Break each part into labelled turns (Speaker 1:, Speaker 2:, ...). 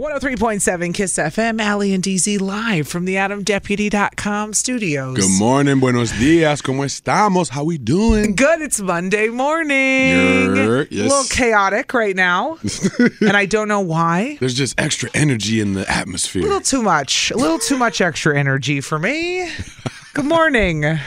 Speaker 1: 103.7 Kiss FM, Allie and DZ live from the AdamDeputy.com studios.
Speaker 2: Good morning, buenos dias, ¿cómo estamos? How we doing?
Speaker 1: Good, it's Monday morning.
Speaker 2: Yer, yes.
Speaker 1: A little chaotic right now. and I don't know why.
Speaker 2: There's just extra energy in the
Speaker 1: A
Speaker 2: atmosphere.
Speaker 1: little too much. A little too much extra energy for me. Good morning.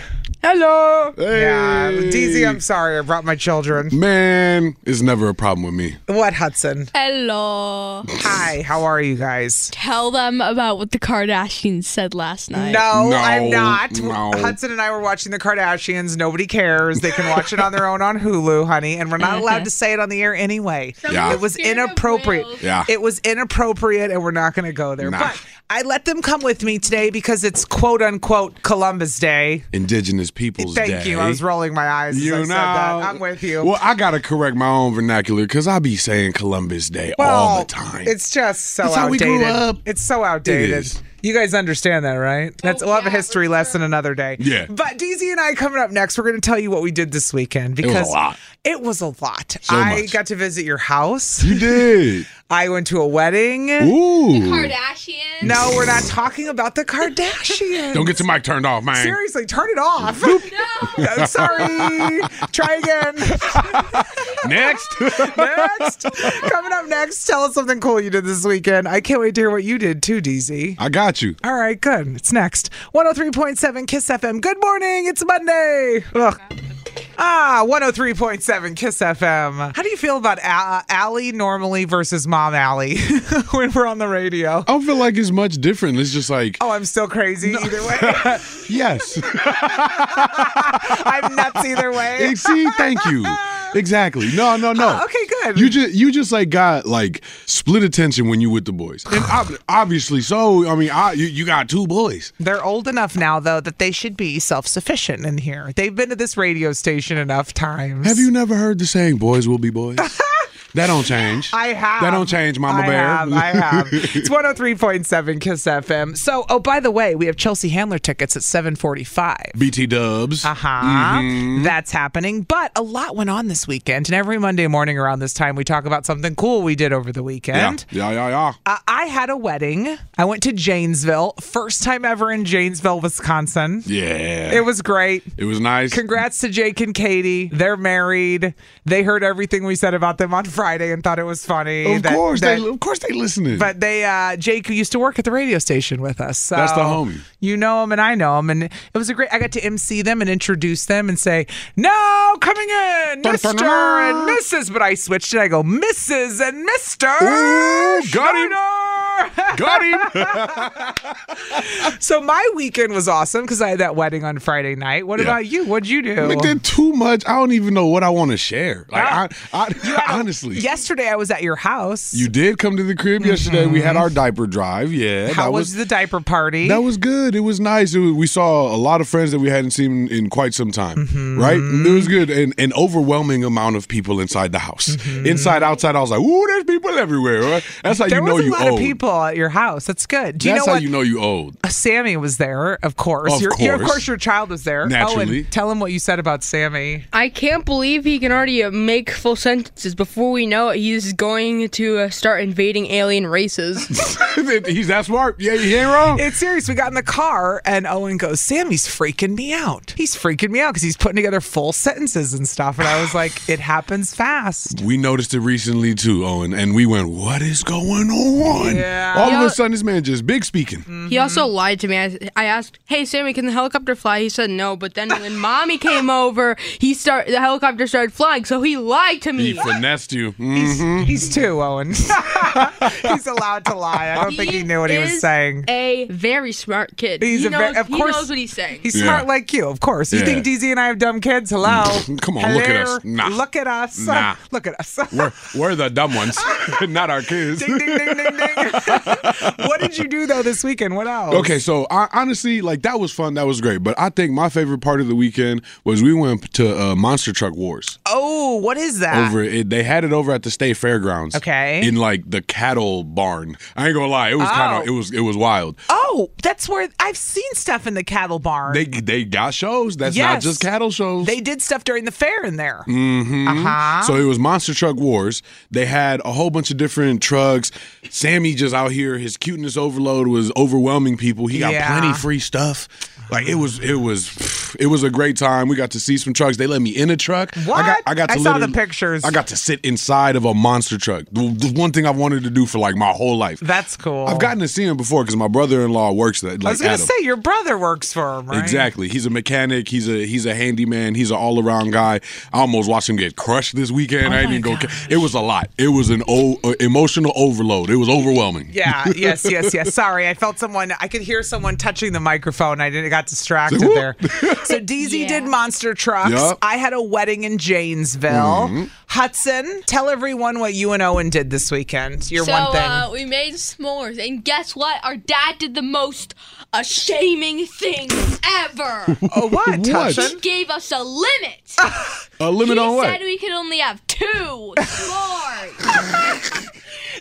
Speaker 1: Hello. Yeah,
Speaker 2: Hey.
Speaker 1: DZ, I'm sorry. I brought my children.
Speaker 2: Man, it's never a problem with me.
Speaker 1: What, Hudson?
Speaker 3: Hello.
Speaker 1: Hi, how are you guys?
Speaker 3: Tell them about what the Kardashians said last night.
Speaker 1: No,
Speaker 2: No,
Speaker 1: I'm not.
Speaker 2: no.
Speaker 1: Hudson and I were watching the Kardashians. Nobody cares. They can watch it on their own on Hulu, honey, and we're not allowed to say it on the air anyway.
Speaker 2: Yeah.
Speaker 1: It was
Speaker 3: scared of
Speaker 1: inappropriate.
Speaker 3: whales.
Speaker 2: Yeah.
Speaker 1: It was inappropriate and we're not going to go there.
Speaker 2: Nah.
Speaker 1: But I let them come with me today because it's quote unquote Columbus Day.
Speaker 2: Indigenous Peoples Day.
Speaker 1: Thank you. I was rolling my eyes as
Speaker 2: You
Speaker 1: I
Speaker 2: know,
Speaker 1: said that. I'm with you.
Speaker 2: Well, I gotta correct my own vernacular because I be saying Columbus Day all the time.
Speaker 1: It's just so
Speaker 2: That's how we
Speaker 1: outdated.
Speaker 2: grew up.
Speaker 1: It's so outdated.
Speaker 2: It is.
Speaker 1: You guys understand that,
Speaker 4: Oh,
Speaker 1: right? That's we'll have a
Speaker 3: yeah,
Speaker 1: history lesson another day.
Speaker 2: Yeah.
Speaker 1: But DZ and I coming up next, we're gonna tell you what we did this weekend
Speaker 2: was a
Speaker 1: because
Speaker 2: lot.
Speaker 1: It was a lot.
Speaker 2: So
Speaker 1: I
Speaker 2: much.
Speaker 1: got to visit your house.
Speaker 2: you did.
Speaker 1: I went to a wedding.
Speaker 2: Ooh.
Speaker 3: Kardashians.
Speaker 1: No, we're not talking about the Kardashians.
Speaker 2: Don't get your mic turned off, man.
Speaker 1: Seriously, turn it off.
Speaker 3: No.
Speaker 1: I'm sorry. Try again.
Speaker 2: Next.
Speaker 1: next. Coming up next, tell us something cool you did this weekend. I can't wait to hear what you did too, DZ.
Speaker 2: I got you.
Speaker 1: All right, good. It's next. 103.7 Kiss FM. Good morning. It's Monday. Ugh. Ah, 103.7 Kiss FM. How do you feel about A- uh, Allie normally versus Mom Allie when we're on the radio?
Speaker 2: I don't feel like it's much different. It's just like,
Speaker 1: Oh, I'm still crazy either way.
Speaker 2: yes.
Speaker 1: I'm nuts either way.
Speaker 2: Ex- See, thank you. Exactly. No, no, no.
Speaker 1: Ah, okay, good.
Speaker 2: You just you just like got like split attention when you with the boys, and ob- obviously so. I mean, I, you, you got two boys.
Speaker 1: They're old enough now, though, that they should be self sufficient in here. They've been to this radio station enough times.
Speaker 2: Have you never heard the saying "boys will be boys"? that don't change.
Speaker 1: I have.
Speaker 2: That don't change, Mama
Speaker 1: I
Speaker 2: Bear.
Speaker 1: Have, I have. It's 103.7 Kiss FM. So, oh, by the way, we have Chelsea Handler tickets at 745.
Speaker 2: BT Dubs. Mm-hmm.
Speaker 1: Uh huh. That's happening. But a lot went on this weekend. And every Monday morning around this time, we talk about something cool we did over the
Speaker 2: Yeah.
Speaker 1: weekend.
Speaker 2: yeah, yeah, yeah.
Speaker 1: Uh, I had a wedding. I went to Janesville. First time ever in Janesville, Wisconsin.
Speaker 2: Yeah.
Speaker 1: It was great.
Speaker 2: It was nice.
Speaker 1: Congrats to Jake and Katie. They're married. They heard everything we said about them on Friday and thought it was funny.
Speaker 2: of
Speaker 1: that-
Speaker 2: course,
Speaker 1: that-
Speaker 2: they of course they listening.
Speaker 1: but they, uh, Jake, who used to work at the radio station with us. So
Speaker 2: That's the homie.
Speaker 1: You know him and I know him. And it was a great, I got to MC them and introduce them and say, now coming in, Mr. and Mrs. But I switched it. I go, Mrs. and Mr.
Speaker 2: Ooh, got him.
Speaker 1: Schneider."
Speaker 2: got him.
Speaker 1: so my weekend was awesome because I had that wedding on Friday night. What
Speaker 2: Yeah.
Speaker 1: about you? What'd you do?
Speaker 2: Like they're too much. I don't even know what I want to share. Like I, I, honestly.
Speaker 1: Yesterday I was at your house.
Speaker 2: You did come to the crib yesterday. We had our diaper drive. Yeah,
Speaker 1: Mm-hmm. How was, the diaper party?
Speaker 2: That was good. It was nice. It was, we saw a lot of friends that we hadn't seen in quite some time,
Speaker 1: Mm-hmm.
Speaker 2: right? It was good. And an overwhelming amount of people inside the house, inside, outside. I was like, "Ooh, there's people everywhere." Right? That's how
Speaker 1: Mm-hmm. there
Speaker 2: you know
Speaker 1: was a
Speaker 2: you
Speaker 1: lot of
Speaker 2: old.
Speaker 1: people at your house. That's good. Do you
Speaker 2: That's
Speaker 1: know
Speaker 2: how
Speaker 1: what? Uh,
Speaker 2: you know you old.
Speaker 1: Sammy was there, of course.
Speaker 2: Of
Speaker 1: your, Your, of
Speaker 2: course.
Speaker 1: course, your child was there.
Speaker 2: Naturally.
Speaker 1: Owen, tell him what you said about Sammy.
Speaker 3: I can't believe he can already uh, make full sentences. Before we know it, he's going to uh, start invading alien races.
Speaker 2: He's that smart. Yeah, you ain't wrong.
Speaker 1: It's serious. We got in the car, and Owen goes, Sammy's freaking me out. He's freaking me out because he's putting together full sentences and stuff. And I was like, it happens fast.
Speaker 2: We noticed it recently too, Owen, and we went, "What is going on?"
Speaker 1: Yeah. Mm.
Speaker 2: All of
Speaker 3: Yeah.
Speaker 2: a sudden, this man just big speaking.
Speaker 3: he also lied to me. I, I asked, "Hey Sammy, can the helicopter fly?" He said no. But then when mommy came over, he start the helicopter started flying. So he lied to
Speaker 2: He
Speaker 3: me.
Speaker 2: finessed you. Mm-hmm.
Speaker 1: He's, he's two, Owen. he's allowed to lie. I don't think he knew what he was
Speaker 3: is
Speaker 1: saying.
Speaker 3: A very smart kid.
Speaker 1: He's
Speaker 3: he
Speaker 1: a ve-
Speaker 3: knows,
Speaker 1: of
Speaker 3: he
Speaker 1: course-
Speaker 3: knows what he's saying.
Speaker 1: He's
Speaker 2: Yeah.
Speaker 1: smart like you, of course. You
Speaker 2: Yeah.
Speaker 1: think DZ and I have dumb kids? Hello.
Speaker 2: Come on, look at
Speaker 1: Hello?
Speaker 2: us. Nah.
Speaker 1: Look at us.
Speaker 2: Nah.
Speaker 1: Look at us.
Speaker 2: we're, we're the dumb ones, not our kids.
Speaker 1: ding, ding, ding, ding, ding. what did you do though this weekend? What else?
Speaker 2: Okay, so I, honestly, like that was fun. That was great. But I think my favorite part of the weekend was we went to uh, Monster Truck Wars.
Speaker 1: Oh, what is that?
Speaker 2: over it. They had it over at the state fairgrounds.
Speaker 1: Okay.
Speaker 2: In like the cattle barn. I ain't gonna lie, it was kind
Speaker 1: Oh.
Speaker 2: of it was it was wild.
Speaker 1: Oh, that's where I've seen stuff in the cattle barn.
Speaker 2: They they got shows. That's not
Speaker 1: Yes.
Speaker 2: just cattle shows.
Speaker 1: They did stuff during the fair in there. Mm-hmm. Uh-huh.
Speaker 2: so it was Monster Truck Wars. They had a whole bunch of different trucks. Sammy just out here, his cuteness overload was overwhelming people. He got
Speaker 1: Yeah.
Speaker 2: plenty free stuff. Like it was, it was, it was a great time. We got to see some trucks. They let me in a truck. I got,
Speaker 1: What?
Speaker 2: I got to
Speaker 1: I saw the
Speaker 2: literally-
Speaker 1: pictures.
Speaker 2: I got to sit inside of a monster truck. The, the one thing I've wanted to do for like my whole life.
Speaker 1: That's cool.
Speaker 2: I've gotten to see him before because my brother-in-law works that. Like
Speaker 1: I was gonna
Speaker 2: Adam.
Speaker 1: say your brother works for him, right?
Speaker 2: Exactly. He's a mechanic. He's a he's a handyman. He's an all around guy. I almost watched him get crushed this
Speaker 1: Oh
Speaker 2: weekend. I didn't even go. It was a lot. It was an o- uh, emotional overload. It was overwhelming.
Speaker 1: Yeah. Yes. Yes. Yes. Sorry, I felt someone. I could hear someone touching the microphone. I did. I got distracted
Speaker 2: Say, "Whoop."
Speaker 1: there. So DZ did monster trucks.
Speaker 2: Yup. Mm-hmm.
Speaker 1: I had a wedding in Janesville. Hudson, tell everyone what you and Owen did this weekend. Your
Speaker 3: so
Speaker 1: one thing.
Speaker 3: Uh, we made s'mores, and guess what? Our dad did the most uh, shaming thing ever.
Speaker 1: oh, what?
Speaker 2: What?
Speaker 1: Hudson?
Speaker 3: he gave us a limit.
Speaker 2: A limit
Speaker 3: he
Speaker 2: on what?
Speaker 3: said we could only have two s'mores.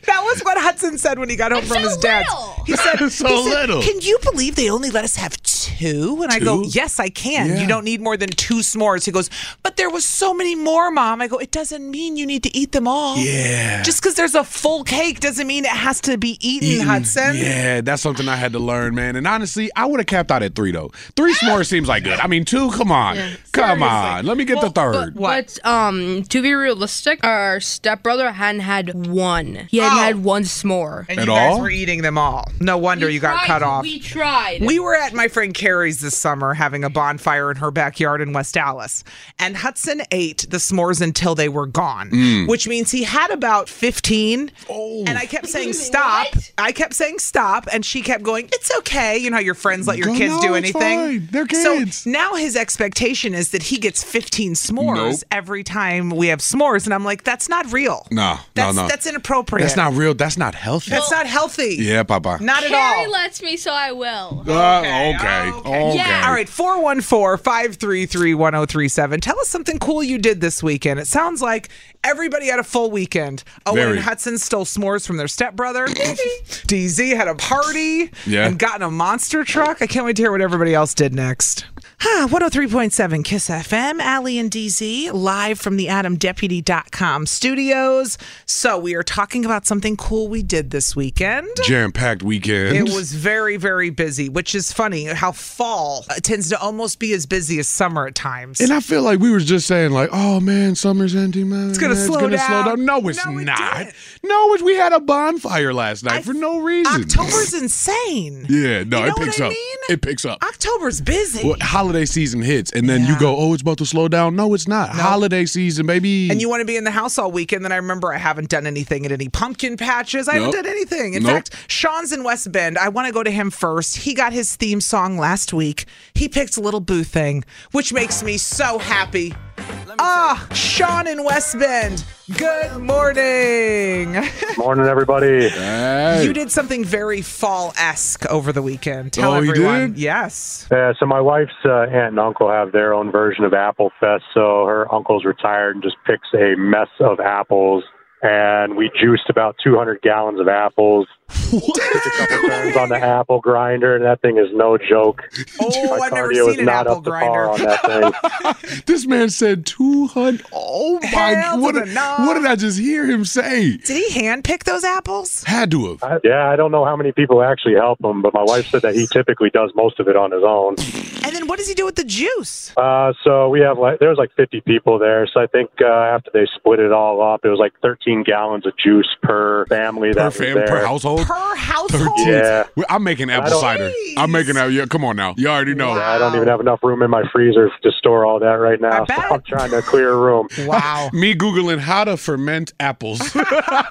Speaker 1: That was what Hudson said when he got home
Speaker 3: It's
Speaker 1: from
Speaker 3: so
Speaker 1: his dad's.
Speaker 3: little.
Speaker 1: He said,
Speaker 2: It's so
Speaker 1: he said,
Speaker 2: little.
Speaker 1: Can you believe they only let us have two? And I go,
Speaker 2: Two?
Speaker 1: Yes, I can. You
Speaker 2: Yeah.
Speaker 1: don't need more than two s'mores. He goes, But there was so many more, Mom. I go, It doesn't mean you need to eat them all.
Speaker 2: Yeah.
Speaker 1: Just because there's a full cake doesn't mean it has to be eaten,
Speaker 2: Eating.
Speaker 1: Hudson.
Speaker 2: Yeah, that's something I had to learn, man. And honestly, I would have capped out at three though. Three s'mores seems like good. I mean, two. Come on, come on. Let me get the third.
Speaker 1: What?
Speaker 3: But um, to be realistic, our stepbrother hadn't had one. He hadn't
Speaker 1: Oh.
Speaker 3: had one s'more.
Speaker 1: And
Speaker 2: At
Speaker 1: you guys
Speaker 2: all?
Speaker 1: were eating them all. No wonder you got
Speaker 3: tried,
Speaker 1: cut off.
Speaker 3: We tried.
Speaker 1: We were at my friend Carrie's this summer having a bonfire in her backyard in West Dallas. And Hudson ate the s'mores until they were gone, which means he had about 15.
Speaker 2: Mm. Oh.
Speaker 1: And I kept saying, stop. I kept saying, stop. And she kept going, it's okay. You know how your friends let your
Speaker 2: Go,
Speaker 1: kids
Speaker 2: "No,
Speaker 1: do
Speaker 2: it's
Speaker 1: anything?
Speaker 2: fine. They're kids.
Speaker 1: So now his expectation is that he gets 15 s'mores
Speaker 2: Nope.
Speaker 1: every time we have s'mores. And I'm like, that's not real.
Speaker 2: No, no,
Speaker 1: that's,
Speaker 2: no.
Speaker 1: That's inappropriate.
Speaker 2: That's not real. That's not healthy.
Speaker 1: That's not healthy.
Speaker 2: yeah, Papa.
Speaker 1: Not at all.
Speaker 3: Carrie lets me, so I will.
Speaker 2: Uh, okay. Okay.
Speaker 1: Oh,
Speaker 3: Yeah.
Speaker 1: All right, 414 533 1037. Tell us something cool you did this weekend. It sounds like everybody had a full weekend. Owen
Speaker 2: Very.
Speaker 1: and Hudson stole s'mores from their stepbrother. DZ had a party
Speaker 2: Yeah.
Speaker 1: and got in a monster truck. I can't wait to hear what everybody else did next. Ah, 103.7 Kiss FM, Allie and DZ, live from the AdamDeputy.com studios. So, we are talking about something cool we did this weekend.
Speaker 2: Jam packed weekend.
Speaker 1: It was very, very busy, which is funny how fall uh, tends to almost be as busy as summer at times.
Speaker 2: And I feel like we were just saying, like, oh man, summer's ending, man. It's
Speaker 1: gonna slow down.
Speaker 2: No, it's
Speaker 1: No, it
Speaker 2: not.
Speaker 1: didn't.
Speaker 2: No, it's, we had a bonfire last night
Speaker 1: I-
Speaker 2: for no reason.
Speaker 1: October's insane.
Speaker 2: yeah, no,
Speaker 1: You know
Speaker 2: it picks
Speaker 1: what I
Speaker 2: up.
Speaker 1: mean?
Speaker 2: It picks up.
Speaker 1: October's busy.
Speaker 2: Well, holiday season hits, and then you go, oh, it's about to slow down. No, it's not. Holiday season, baby.
Speaker 1: and you want to be in the house all weekend. Then I remember I haven't done anything at any pumpkin patches. I haven't
Speaker 2: Nope.
Speaker 1: done anything. In
Speaker 2: Nope.
Speaker 1: fact, Sean's in West Bend. I want to go to him first. He got his theme song last week. He picked Little Boo Thing, which makes me so happy. Ah, Sean in West Bend. Good morning.
Speaker 4: Morning, everybody.
Speaker 2: Hey.
Speaker 1: You did something very fall esque over the weekend. Tell
Speaker 2: Oh, you
Speaker 1: everyone.
Speaker 2: did?
Speaker 1: Yes.
Speaker 4: Uh, so my wife's uh, aunt and uncle have their own version of Apple Fest. So her uncle's retired and just picks a mess of apples, and we juiced about 200 gallons of apples. It's a couple times on the apple grinder, and that thing is no joke.
Speaker 1: Oh,
Speaker 4: My
Speaker 1: I've never
Speaker 4: cardio
Speaker 1: seen
Speaker 4: is
Speaker 1: an
Speaker 4: not
Speaker 1: apple
Speaker 4: up to par
Speaker 1: grinder.
Speaker 4: on that thing.
Speaker 2: This man said 200. Oh my.
Speaker 1: Hell
Speaker 2: What,
Speaker 1: to
Speaker 2: did-
Speaker 1: the no.
Speaker 2: what did I just hear him say?
Speaker 1: Did he handpick those apples?
Speaker 2: Had to have.
Speaker 4: I- Yeah, I don't know how many people actually help him, but my wife said that he typically does most of it on his own.
Speaker 1: And then what does he do with the juice?
Speaker 4: Uh, so we have like there was like 50 people there. So I think uh, after they split it all up, it was like 13 gallons of juice per family
Speaker 2: Per
Speaker 4: that
Speaker 2: fam,
Speaker 4: was there.
Speaker 2: per household.
Speaker 1: Per household?
Speaker 2: 13.
Speaker 4: Yeah.
Speaker 2: Well, I'm making
Speaker 4: I
Speaker 2: apple
Speaker 4: don't-
Speaker 2: cider. I'm making apple. Yeah, come on now. You already know.
Speaker 4: I don't even have enough room in my freezer to store all that right now.
Speaker 1: I bet.
Speaker 4: So I'm trying to clear a room.
Speaker 1: Wow.
Speaker 2: Me googling how to ferment apples.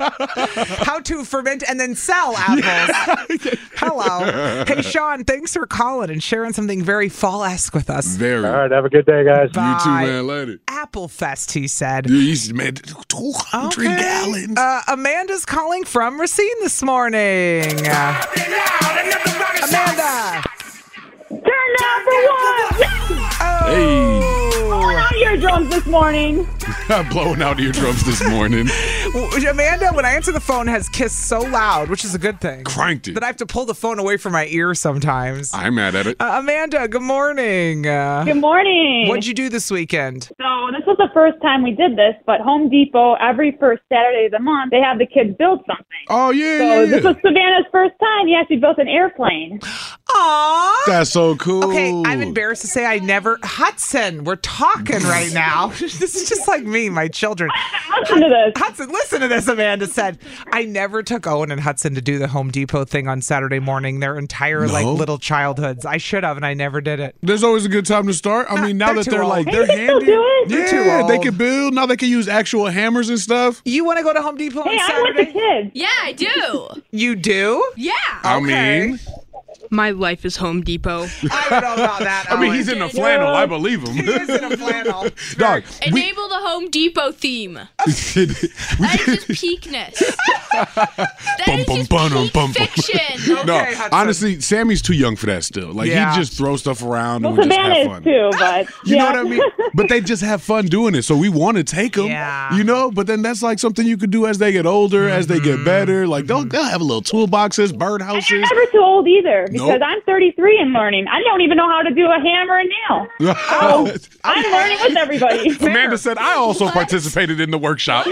Speaker 1: How to ferment and then sell apples. Hello. Hey, Sean, thanks for calling and sharing something very fall esque with us.
Speaker 2: Very.
Speaker 4: All right, have a good day, guys.
Speaker 2: You too,
Speaker 1: Bye.
Speaker 2: man. Later.
Speaker 1: Apple Fest, he said.
Speaker 2: Yeah, He's made 200 gallons.
Speaker 1: Uh, Amanda's calling from Racine this morning. Uh, Amanda.
Speaker 5: Turn down for what?
Speaker 1: Oh.
Speaker 5: Not your drums this morning.
Speaker 2: I'm blowing out eardrums this morning.
Speaker 1: W- Amanda, when I answer the phone, has kissed so loud, which is a good thing,
Speaker 2: Cranked it.
Speaker 1: that I have to pull the phone away from my ear sometimes.
Speaker 2: I'm mad at it.
Speaker 1: Uh, Amanda, good morning. Uh,
Speaker 5: Good morning.
Speaker 1: what'd you do this weekend?
Speaker 5: so this was the first time we did this, but Home Depot every first Saturday of the month they have the kids build something.
Speaker 2: oh, yeah.
Speaker 5: So
Speaker 2: yeah,
Speaker 5: this
Speaker 2: yeah.
Speaker 5: was Savannah's first time. Yes, she built an airplane.
Speaker 1: Aww.
Speaker 2: That's so cool.
Speaker 1: Okay, I'm embarrassed to say I never Hudson. We're talking right now. this is just like me, my children.
Speaker 5: Listen to this.
Speaker 1: Hudson, listen to this. Amanda said, "I never took Owen and Hudson to do the Home Depot thing on Saturday morning. Their entire like
Speaker 2: No?
Speaker 1: little childhoods. I should have, and I never did it. Uh,
Speaker 2: There's always a good time to start. I mean, now
Speaker 1: they're
Speaker 2: that
Speaker 1: too
Speaker 2: they're
Speaker 1: old.
Speaker 2: like,
Speaker 1: Hey,
Speaker 2: they're
Speaker 5: they still
Speaker 2: handy.
Speaker 5: do it?
Speaker 1: They're too
Speaker 2: yeah, they
Speaker 1: old.
Speaker 2: can build. Now they can use actual hammers and stuff.
Speaker 1: You want to go to Home Depot
Speaker 5: Hey,
Speaker 1: on
Speaker 5: I'm with the
Speaker 1: Saturday?
Speaker 5: kids.
Speaker 3: Yeah, I do.
Speaker 1: You do?
Speaker 3: Yeah.
Speaker 2: I
Speaker 1: Okay.
Speaker 2: mean,
Speaker 3: My life is Home Depot.
Speaker 1: I don't know about that.
Speaker 2: I mean, he's in a flannel. I believe him.
Speaker 1: He's in a flannel. It's very-
Speaker 2: Dog, we-
Speaker 3: Enable the Home Depot theme. That is just peakness. That
Speaker 2: Bum,
Speaker 3: is
Speaker 2: bum,
Speaker 3: just
Speaker 2: bum,
Speaker 3: peak
Speaker 2: bum, bum.
Speaker 3: fiction.
Speaker 2: no,
Speaker 1: Okay, Hudson.
Speaker 2: honestly, Sammy's too young for that still. Like,
Speaker 1: Yeah.
Speaker 2: he just throws stuff around
Speaker 5: Well,
Speaker 2: and we just
Speaker 5: Savannah
Speaker 2: have
Speaker 5: is
Speaker 2: fun.
Speaker 5: too, but
Speaker 2: You
Speaker 5: yeah.
Speaker 2: know what I mean? But they just have fun doing it. So we want to take them.
Speaker 1: Yeah.
Speaker 2: You know, but then that's like something you could do as they get older, as they
Speaker 5: Mm-hmm.
Speaker 2: get better. Like they'll, they'll have little toolboxes, birdhouses.
Speaker 5: I'm never too old either because
Speaker 2: Nope.
Speaker 5: I'm 33 and learning. I don't even know how to do a hammer and nail. Oh, I'm learning with everybody.
Speaker 2: Amanda said, I also participated in the workshop.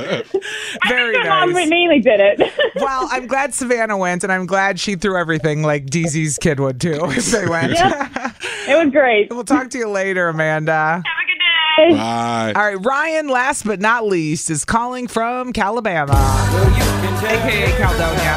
Speaker 1: very
Speaker 5: My mom
Speaker 1: nice.
Speaker 5: mainly did it.
Speaker 1: Well, I'm glad Savannah went, and I'm glad she threw everything like DZ's kid would too if they went.
Speaker 5: it was great. Have
Speaker 1: We'll talk to you later, Amanda.
Speaker 5: a good day.
Speaker 2: Bye.
Speaker 1: All right, Ryan, last but not least, is calling from Calabama, aka Caldonia.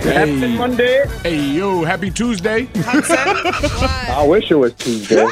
Speaker 4: Happy Monday.
Speaker 2: Hey, yo, happy Tuesday.
Speaker 1: Hudson,
Speaker 4: I wish it was Tuesday.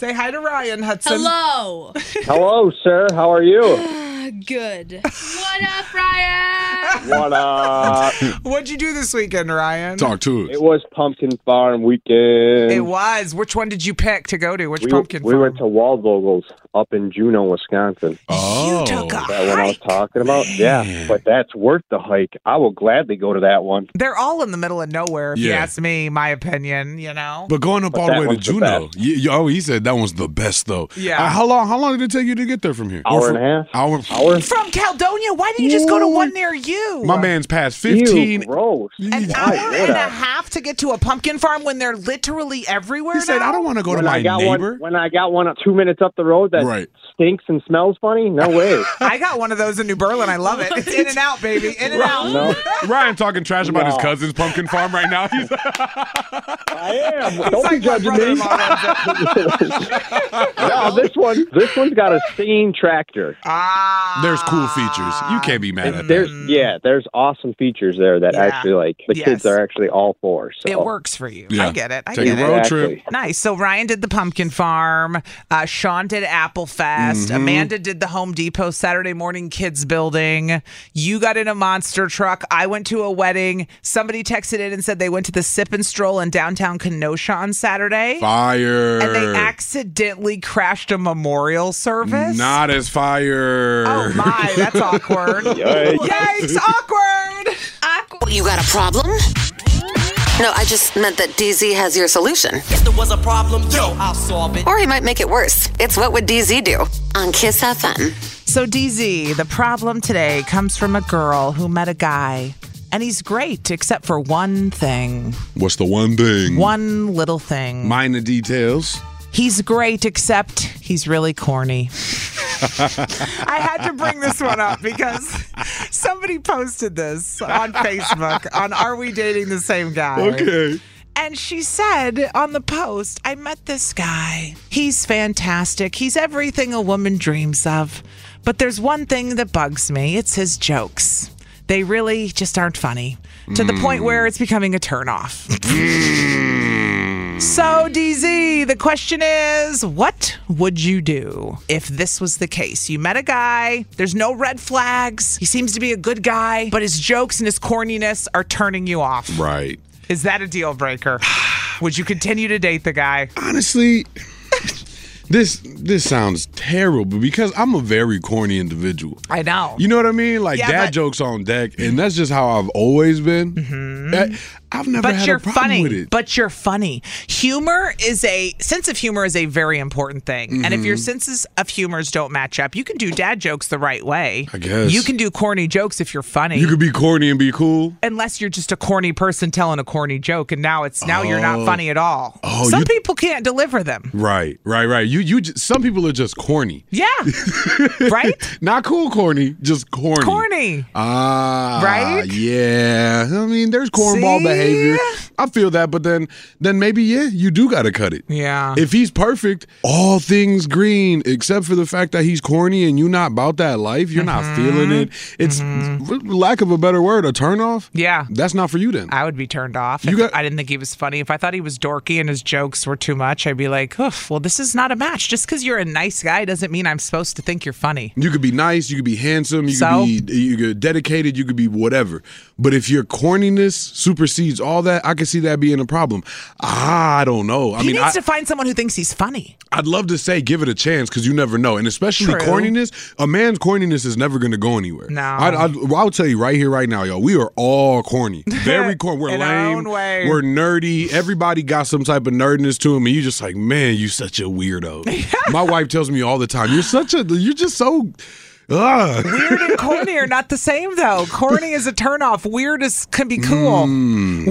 Speaker 1: say hi to Ryan, Hudson.
Speaker 3: Hello.
Speaker 4: Hello, sir. How are you?
Speaker 3: Good. What up, Ryan?
Speaker 4: What up?
Speaker 1: What'd you do this weekend, Ryan?
Speaker 2: Talk to us.
Speaker 4: It was Pumpkin Farm weekend.
Speaker 1: It was. Which one did you pick to go to? Which
Speaker 4: we,
Speaker 1: pumpkin
Speaker 4: we
Speaker 1: farm?
Speaker 4: went to Waldvogel's up in Juneau, Wisconsin.
Speaker 2: Oh.
Speaker 4: that one I was talking about. Yeah, but that's worth the hike. I will gladly go to that one.
Speaker 1: They're all in the middle of nowhere, if you
Speaker 2: Yeah.
Speaker 1: ask me, my opinion, you know?
Speaker 2: But going up all the
Speaker 4: that
Speaker 2: way to
Speaker 4: one's the
Speaker 2: Juneau,
Speaker 4: best.
Speaker 2: you, you- oh, he said that one's the best though.
Speaker 1: Yeah.
Speaker 2: Uh, how long? How long did it take you to get there from here?
Speaker 4: Hour
Speaker 2: Or from-
Speaker 4: and a half.
Speaker 2: Hour.
Speaker 4: Hour.
Speaker 1: From Caldonia, why didn't you just go to one near you?
Speaker 2: My man's past
Speaker 4: Ew,
Speaker 2: fifteen.
Speaker 4: gross.
Speaker 1: An
Speaker 4: Why
Speaker 1: hour
Speaker 4: would
Speaker 1: and
Speaker 4: I?
Speaker 1: a half to get to a pumpkin farm when they're literally everywhere.
Speaker 2: He said,
Speaker 1: now?
Speaker 2: I don't want to go to
Speaker 4: When
Speaker 2: my
Speaker 4: I got
Speaker 2: neighbor.
Speaker 4: one, when I got one up two minutes up the road that
Speaker 2: Right.
Speaker 4: stinks and smells funny. No way.
Speaker 1: I got one of those in New Berlin. I love it. It's in and out, baby. In and out.
Speaker 4: no,
Speaker 2: Ryan talking trash about his
Speaker 4: No.
Speaker 2: cousin's pumpkin farm right now. He's
Speaker 4: I am.
Speaker 1: It's
Speaker 4: Don't be
Speaker 1: like my
Speaker 4: judging me.
Speaker 1: brother-in-law loves it.
Speaker 4: No, this one, this one's got a singing tractor.
Speaker 1: Ah,
Speaker 2: There's cool features. You can't be mad at
Speaker 4: There's
Speaker 2: that.
Speaker 4: yeah, there's awesome features there that
Speaker 1: Mm. Yeah.
Speaker 4: actually like the
Speaker 1: Yes.
Speaker 4: kids are actually all for. So
Speaker 1: it works for you. I
Speaker 2: Yeah.
Speaker 1: get it. I
Speaker 2: Take
Speaker 1: get
Speaker 2: a
Speaker 1: it.
Speaker 2: road
Speaker 4: Exactly.
Speaker 2: trip.
Speaker 1: Nice. So Ryan did the pumpkin farm. Uh, Sean did Apple
Speaker 2: Mm-hmm.
Speaker 1: Fest. Amanda did the Home Depot Saturday morning kids building. You got in a monster truck. I went to a wedding. Somebody texted in and said they went to the Sip and Stroll in downtown Kenosha on Saturday.
Speaker 2: Fire.
Speaker 1: And they accidentally crashed a memorial service.
Speaker 2: Not as fire.
Speaker 1: Oh my, that's awkward.
Speaker 4: Yikes.
Speaker 1: Yikes, Oh. awkward.
Speaker 6: You got a problem? No, I just meant that DZ has your solution.
Speaker 7: If there was a problem, yo, I'll solve it.
Speaker 6: Or he might make it worse. It's What Would DZ Do? on Kiss FM.
Speaker 1: So, DZ, the problem today comes from a girl who met a guy, and he's great except for one thing,
Speaker 2: What's the one thing?
Speaker 1: one little thing.
Speaker 2: Minor details.
Speaker 1: He's great except he's really corny. I had to bring this one up because somebody posted this on Facebook on Are We Dating the Same Guy?
Speaker 2: Okay.
Speaker 1: And she said on the post, I met this guy. He's fantastic. He's everything a woman dreams of. But there's one thing that bugs me it's his jokes. They really just aren't funny to the point where it's becoming a turnoff. so, DZ, the question is what would you do if this was the case? You met a guy, there's no red flags, he seems to be a good guy, but his jokes and his corniness are turning you off.
Speaker 2: Right.
Speaker 1: Is that a deal breaker? Would you continue to date the guy?
Speaker 2: honestly this this sounds terrible because i'm a very corny individual
Speaker 1: I know.
Speaker 2: you know what i mean like
Speaker 1: Yeah,
Speaker 2: dad
Speaker 1: but-
Speaker 2: jokes on deck and that's just how i've always been I, i've never
Speaker 1: Mm-hmm. but
Speaker 2: had
Speaker 1: you're
Speaker 2: a problem
Speaker 1: funny.
Speaker 2: with it
Speaker 1: But you're funny. Humor is a sense of humor is a very important thing. And if your
Speaker 2: Mm-hmm.
Speaker 1: senses of humors don't match up, you can do dad jokes the right way.
Speaker 2: I guess.
Speaker 1: You can do corny jokes if you're funny.
Speaker 2: you could be corny and be cool
Speaker 1: Unless you're just a corny person telling a corny joke, and now it's now you're not funny at all.
Speaker 2: Oh,
Speaker 1: Some
Speaker 2: you-
Speaker 1: people can't deliver them.
Speaker 2: right right right you you just, some people are just corny
Speaker 1: Yeah, right?
Speaker 2: not cool corny just corny
Speaker 1: Corny.
Speaker 2: Ah,
Speaker 1: Right?
Speaker 2: Yeah, I mean, there's cornball
Speaker 1: See?
Speaker 2: behavior. I feel that, but then, then maybe yeah, you do gotta cut it.
Speaker 1: Yeah.
Speaker 2: If he's perfect, all things green, except for the fact that he's corny and you not about that life, you're not feeling it.
Speaker 1: Mm-hmm.
Speaker 2: It's r- lack of a better word, a turnoff.
Speaker 1: Yeah.
Speaker 2: that's not for you then.
Speaker 1: I would be turned off.
Speaker 2: You
Speaker 1: if
Speaker 2: got-
Speaker 1: I didn't think he was funny. If I thought he was dorky and his jokes were too much, I'd be like, Oof, well, this is not a match. Just because you're a nice guy doesn't mean I'm supposed to think you're funny.
Speaker 2: you could be nice, you could be handsome, you
Speaker 1: So?
Speaker 2: could be you could dedicated, you could be whatever. But if your corniness supersedes all that, I could see that being a problem. I don't know. I
Speaker 1: he
Speaker 2: mean,
Speaker 1: needs
Speaker 2: I,
Speaker 1: to find someone who thinks he's funny.
Speaker 2: I'd love to say give it a chance because you never know, and especially
Speaker 1: True.
Speaker 2: corniness. A man's corniness is never going to go anywhere.
Speaker 1: No.
Speaker 2: I, I, will tell you right here, right now, y'all. We are all corny, very corny. We're
Speaker 1: In our
Speaker 2: lame.
Speaker 1: own way.
Speaker 2: We're nerdy. Everybody got some type of nerdness to them, and you just like, man, you such a weirdo. My wife tells me all the time, you're such a, you're just so. Ugh.
Speaker 1: Weird and corny are not the same, though. Corny is a turnoff. Weird is, can be cool.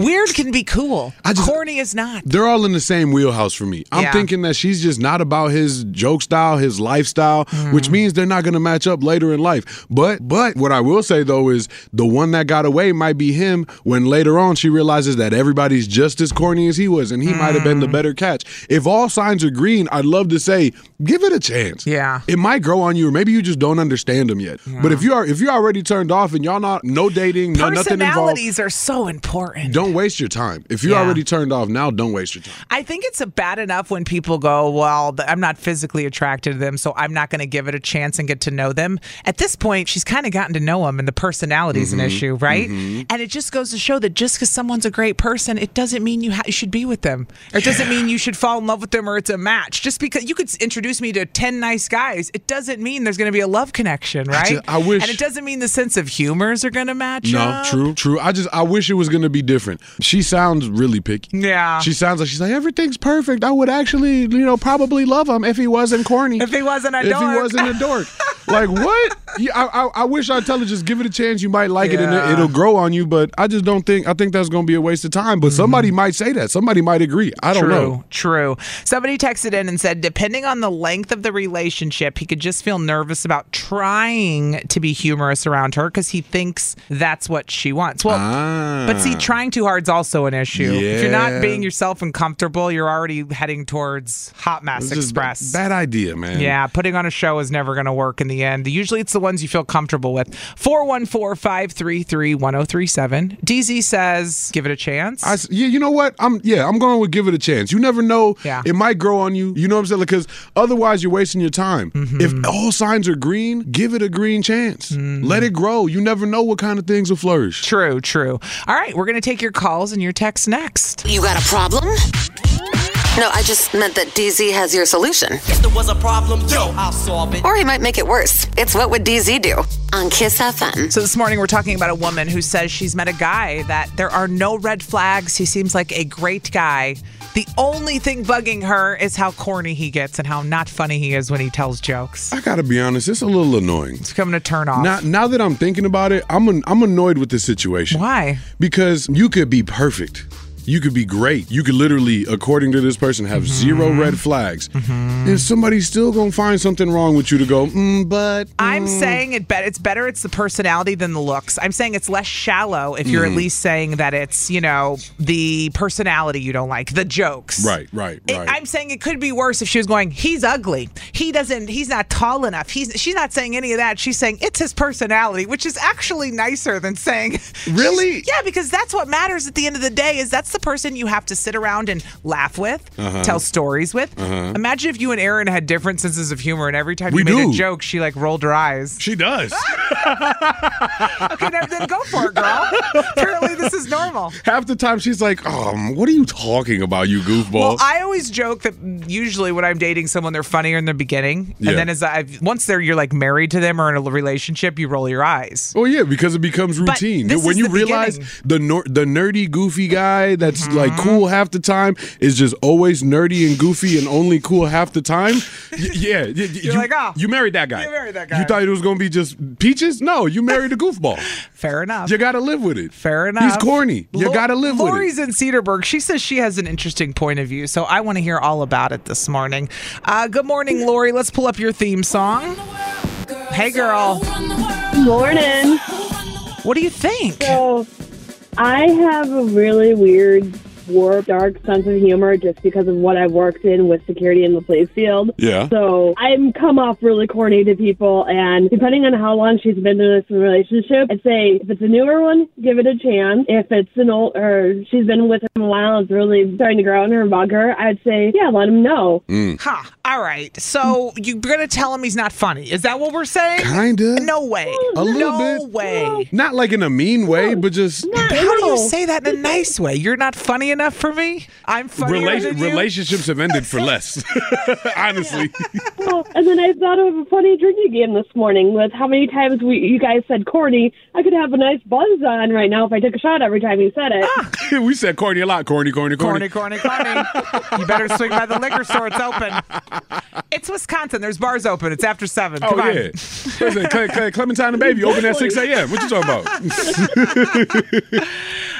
Speaker 1: Weird can be cool.
Speaker 2: Mm. I just-
Speaker 1: corny is not.
Speaker 2: They're all in the same wheelhouse for me. I'm
Speaker 1: Yeah.
Speaker 2: thinking that she's just not about his joke style, his lifestyle,
Speaker 1: Mm.
Speaker 2: which means they're not going to match up later in life. But but what I will say though is the one that got away might be him when later on she realizes that everybody's just as corny as he was and he might have
Speaker 1: Mm.
Speaker 2: been the better catch. If all signs are green, I'd love to say give it a chance.
Speaker 1: Yeah.
Speaker 2: It might grow on you or maybe you just don't understand him yet. But if you are if you're already turned off and y'all not no dating, no nothing involved,
Speaker 1: Personalities are so important.
Speaker 2: don't waste your time. If you're
Speaker 1: Yeah.
Speaker 2: already turned off now, don't waste your time.
Speaker 1: I think it's bad enough when people go, well, th- I'm not physically attracted to them, so I'm not going to give it a chance and get to know them. At this point, she's kind of gotten to know him, and the personality's
Speaker 2: Mm-hmm.
Speaker 1: an issue, right? And it just goes to show that just because someone's a great person, it doesn't mean you, ha- you should be with them, or it doesn't mean you should fall in love with them, or it's a match. Just because you could s- introduce me to ten nice guys, it doesn't mean there's going to be a love connection, right?
Speaker 2: ju- I wish-
Speaker 1: and it doesn't mean the sense of humors are going to match.
Speaker 2: No,
Speaker 1: up.
Speaker 2: true, true. I just I wish it was gonna be different. She sounds really picky.
Speaker 1: Yeah.
Speaker 2: She sounds like she's like everything's perfect. I would actually, you know, probably love him if he wasn't corny.
Speaker 1: If he wasn't a
Speaker 2: if
Speaker 1: dork.
Speaker 2: he wasn't a dork. like what? Yeah, I, I I wish I'd tell her just give it a chance. You might like it and
Speaker 1: Yeah.
Speaker 2: it- it'll grow on you. But I just don't think I think that's gonna be a waste of time. But somebody might say that. Somebody might agree. I don't
Speaker 1: Mm-hmm. true, True.
Speaker 2: know.
Speaker 1: Somebody texted in and said, depending on the length of the relationship, he could just feel nervous about trying to be humorous around her because he thinks that's what she wants. Well, but see, trying too hard is also an issue. If you're
Speaker 2: Ah. Yeah.
Speaker 1: not being yourself and comfortable, you're already heading towards Hot Mass
Speaker 2: It's just
Speaker 1: Express.
Speaker 2: Bad idea, man.
Speaker 1: Yeah, putting on a show is never going to work in the end. Usually it's the ones you feel comfortable with. 414 533 1037. DZ says, give it a chance.
Speaker 2: I s- yeah, you know what? I'm yeah, I'm going with give it a chance. You never know.
Speaker 1: Yeah.
Speaker 2: It might grow on you. You know what I'm saying? Because otherwise you're wasting your time.
Speaker 1: Mm-hmm.
Speaker 2: If all signs are green, give it a green chance. Let it grow. You never know what kind of things will flourish.
Speaker 1: Mm-hmm. True, true. All right, we're going to take your calls and your texts next.
Speaker 6: You got a problem? No, I just meant that DZ has your solution.
Speaker 7: If there was a problem, yo, I'll solve it.
Speaker 6: Or he might make it worse. It's What Would DZ Do? on Kiss FM.
Speaker 1: So this morning we're talking about a woman who says she's met a guy that there are no red flags. He seems like a great guy. The only thing bugging her is how corny he gets and how not funny he is when he tells jokes.
Speaker 2: I gotta be honest, it's a little annoying.
Speaker 1: It's coming to turn off.
Speaker 2: Now, now that I'm thinking about it, I'm an, I'm annoyed with this situation.
Speaker 1: Why?
Speaker 2: Because you could be perfect. You could be great. You could literally, according to this person, have zero
Speaker 1: Mm-hmm.
Speaker 2: red flags, and somebody's still gonna find something wrong with you to go. Mm, but
Speaker 1: I'm
Speaker 2: mm."
Speaker 1: saying it bet it's better it's the personality than the looks. I'm saying it's less shallow if you're at
Speaker 6: Mm.
Speaker 1: least saying that it's, you know, the personality you don't like, the jokes.
Speaker 2: Right, right,
Speaker 1: It-
Speaker 2: right.
Speaker 1: I'm saying it could be worse if she was going, he's ugly. He doesn't he's not tall enough. He's she's not saying any of that. She's saying it's his personality, which is actually nicer than saying
Speaker 2: Really?
Speaker 1: Yeah, because that's what matters at the end of the day is that's the person you have to sit around and laugh with, tell stories with. Imagine if you and Aaron had different senses of humor and every time
Speaker 2: We
Speaker 1: you made a
Speaker 2: do.
Speaker 1: joke, she like rolled her eyes.
Speaker 2: she does.
Speaker 1: Okay, then- then go for it, girl. Apparently this is normal.
Speaker 2: Half the time she's like, um, what are you talking about, you goofball?
Speaker 1: Well, I always joke that usually when I'm dating someone, they're funnier in the beginning,
Speaker 2: Yeah.
Speaker 1: and then as I once they're you're like married to them or in a relationship, you roll your eyes.
Speaker 2: Oh yeah, because it becomes routine.
Speaker 1: this
Speaker 2: when
Speaker 1: is
Speaker 2: you
Speaker 1: the
Speaker 2: realize
Speaker 1: beginning. Mm-hmm.
Speaker 2: the nor- the nerdy goofy guy that's like cool half the time is just always nerdy and goofy and only cool half the time. Y- yeah, y- y-
Speaker 1: You're
Speaker 2: you,
Speaker 1: like, "Oh,
Speaker 2: you married that guy.
Speaker 1: you married that guy."
Speaker 2: You thought it was gonna be just peaches? No, you married a goofball.
Speaker 1: Fair enough.
Speaker 2: you gotta live with it.
Speaker 1: Fair enough.
Speaker 2: He's corny. You
Speaker 1: Lo-
Speaker 2: gotta live
Speaker 1: Lori's
Speaker 2: with it.
Speaker 1: in Cedarburg. She says she has an interesting point of view, so I want to hear all about it this morning. Uh, good morning, Lori. Let's pull up your theme song. Hey, girl.
Speaker 5: Morning.
Speaker 1: What do you think?
Speaker 5: So, I have a really weird, warped, dark sense of humor just because of what I've worked in with security in the police field.
Speaker 2: Yeah.
Speaker 5: So I'm come off really corny to people, and depending on how long she's been in this relationship, I'd say if it's a newer one, give it a chance. If it's an old, or she's been with him a while, and it's really starting to grow on her and bug her, I'd say yeah, let him know.
Speaker 1: Huh. All right. So you're gonna tell him he's not funny? Is that what we're saying?
Speaker 2: Kinda.
Speaker 1: No way.
Speaker 2: A little
Speaker 1: no
Speaker 2: bit.
Speaker 1: way.
Speaker 2: Not like in a mean way, but just
Speaker 1: How do you say that in a nice way? You're not funny enough for me. I'm funnier
Speaker 2: rela-
Speaker 1: than you.
Speaker 2: relationships have ended for less. Honestly.
Speaker 5: Oh, and then I thought of a funny drinking game this morning with how many times we you guys said corny. I could have a nice buzz on right now if I took a shot every time you said it.
Speaker 8: Ah.
Speaker 2: we said corny a lot. Corny, corny,
Speaker 1: Corny,
Speaker 2: corny.
Speaker 1: corny, corny. you better swing by the liquor store. It's open. It's Wisconsin. There's bars open. It's after seven.
Speaker 2: Oh
Speaker 1: Come on.
Speaker 2: yeah, Listen, Cle- Cle- Clementine and Baby open at six a.m. What you talking about?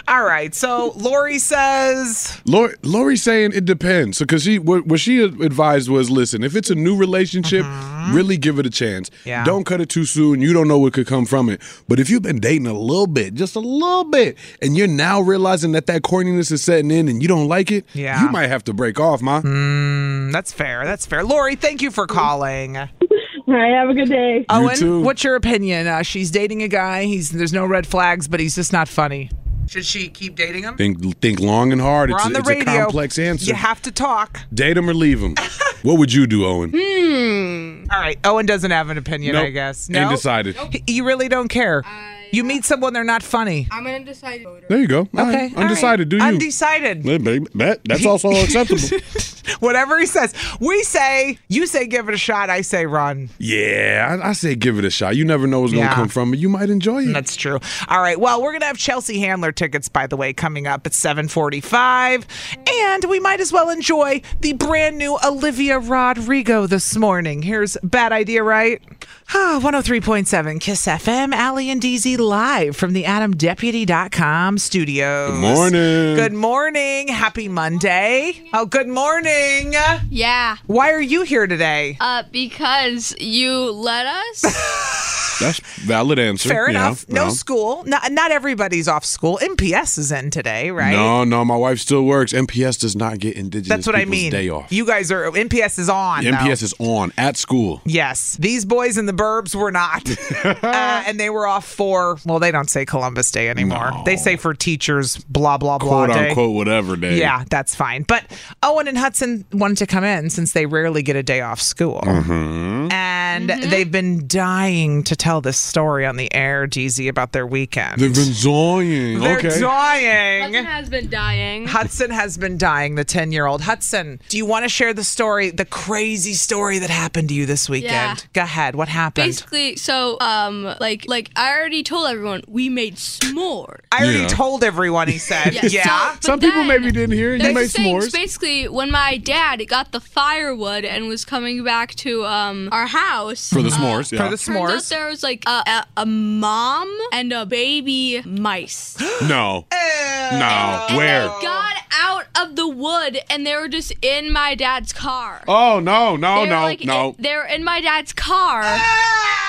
Speaker 1: All right. So Lori says,
Speaker 2: Lori, Lori saying it depends. So because she what, what she advised was, listen, if it's a new relationship, really give it a chance.
Speaker 1: Mm-hmm. Yeah.
Speaker 2: Don't cut it too soon. You don't know what could come from it. But if you've been dating a little bit, just a little bit, and you're now realizing that that corniness is setting in and you don't like it,
Speaker 1: Yeah.
Speaker 2: you might have to break off, ma.
Speaker 1: mm, "That's fair. That's fair." Lori, thank you for calling.
Speaker 5: All right, have a good day.
Speaker 1: Owen,
Speaker 2: too.
Speaker 1: what's your opinion? Uh, she's dating a guy. He's there's no red flags, but he's just not funny. Should she keep dating him?
Speaker 2: Think think long and hard.
Speaker 1: We're
Speaker 2: it's
Speaker 1: on
Speaker 2: a,
Speaker 1: the
Speaker 2: it's
Speaker 1: radio.
Speaker 2: a complex answer.
Speaker 1: You have to talk.
Speaker 2: Date him or leave him. what would you do, Owen?
Speaker 5: Hmm.
Speaker 1: All right. Owen doesn't have an opinion, I
Speaker 2: Nope.
Speaker 1: guess.
Speaker 2: Ain't decided.
Speaker 1: H- You really don't care. you
Speaker 5: uh,
Speaker 1: meet someone, they're not funny.
Speaker 3: I'm gonna decide. voter.
Speaker 2: There you go. All
Speaker 1: Okay.
Speaker 2: right. Undecided. Do you?
Speaker 1: Undecided.
Speaker 2: Yeah, baby, that- that's also acceptable.
Speaker 1: Whatever he says. We say, you say give it a shot. I say run.
Speaker 2: yeah, I, I say give it a shot. You never know what's
Speaker 1: Yeah.
Speaker 2: gonna come from it. You might enjoy it.
Speaker 1: That's true. All right. Well, we're going to have Chelsea Handler tickets, by the way, coming up at 745. And we might as well enjoy the brand new Olivia Rodrigo this morning. Here's Bad Idea, right? Ah, 103.7 KISS FM, Allie and DZ live from the AdamDeputy.com studios. Good
Speaker 2: morning.
Speaker 1: Good morning. Happy Monday. Oh, good morning.
Speaker 3: Yeah.
Speaker 1: Why are you here today?
Speaker 3: Uh, because you let us.
Speaker 2: That's valid answer.
Speaker 1: Fair
Speaker 2: you know,
Speaker 1: enough. No,
Speaker 2: no.
Speaker 1: school. Not, not everybody's off school. MPS is in today, right?
Speaker 2: No, no, my wife still works. NPS does not get indigenous.
Speaker 1: That's what I
Speaker 2: people's
Speaker 1: mean.
Speaker 2: Day off.
Speaker 1: You guys are NPS is on. though.
Speaker 2: NPS is on at school.
Speaker 1: Yes, these boys in the burbs were not, uh, and they were off for well, they don't say Columbus Day anymore. They say for teachers, blah blah blah
Speaker 2: Quote
Speaker 1: day.
Speaker 2: unquote, whatever day.
Speaker 1: Yeah, that's fine. But Mm-hmm.
Speaker 2: Mm-hmm.
Speaker 1: Owen and Hudson wanted to come in since they rarely get a day off school, and And they've been dying to tell this story on the air, DZ, about their weekend.
Speaker 2: They've been dying.
Speaker 1: They're
Speaker 2: okay.
Speaker 1: dying.
Speaker 3: Hudson has been dying.
Speaker 1: Hudson has been dying, the 10 year old. Hudson, do you want to share the story, the crazy story that happened to you this weekend?
Speaker 3: Yeah.
Speaker 1: Go ahead. What happened?
Speaker 3: Basically, so um, like like I already told everyone we made s'mores.
Speaker 1: I already
Speaker 2: Yeah.
Speaker 1: told everyone, he said.
Speaker 3: Yeah, so-
Speaker 1: yeah.
Speaker 3: but
Speaker 2: Some people
Speaker 3: then-
Speaker 2: maybe didn't hear. You
Speaker 3: There's
Speaker 2: made
Speaker 3: a saying,
Speaker 2: s'mores.
Speaker 3: Basically, when my dad got the firewood and was coming back to um our house
Speaker 2: For the s'mores, yeah.
Speaker 1: For the
Speaker 3: Turns out
Speaker 1: s'mores.
Speaker 3: there was like a, a, a mom and a baby mice.
Speaker 2: no. No. Where?
Speaker 3: Got out of the wood and they were just in my dad's car.
Speaker 2: Oh no,
Speaker 3: They
Speaker 2: no,
Speaker 3: were,
Speaker 2: no,
Speaker 3: like,
Speaker 2: no.
Speaker 3: in- they were in my dad's car.
Speaker 1: Ah!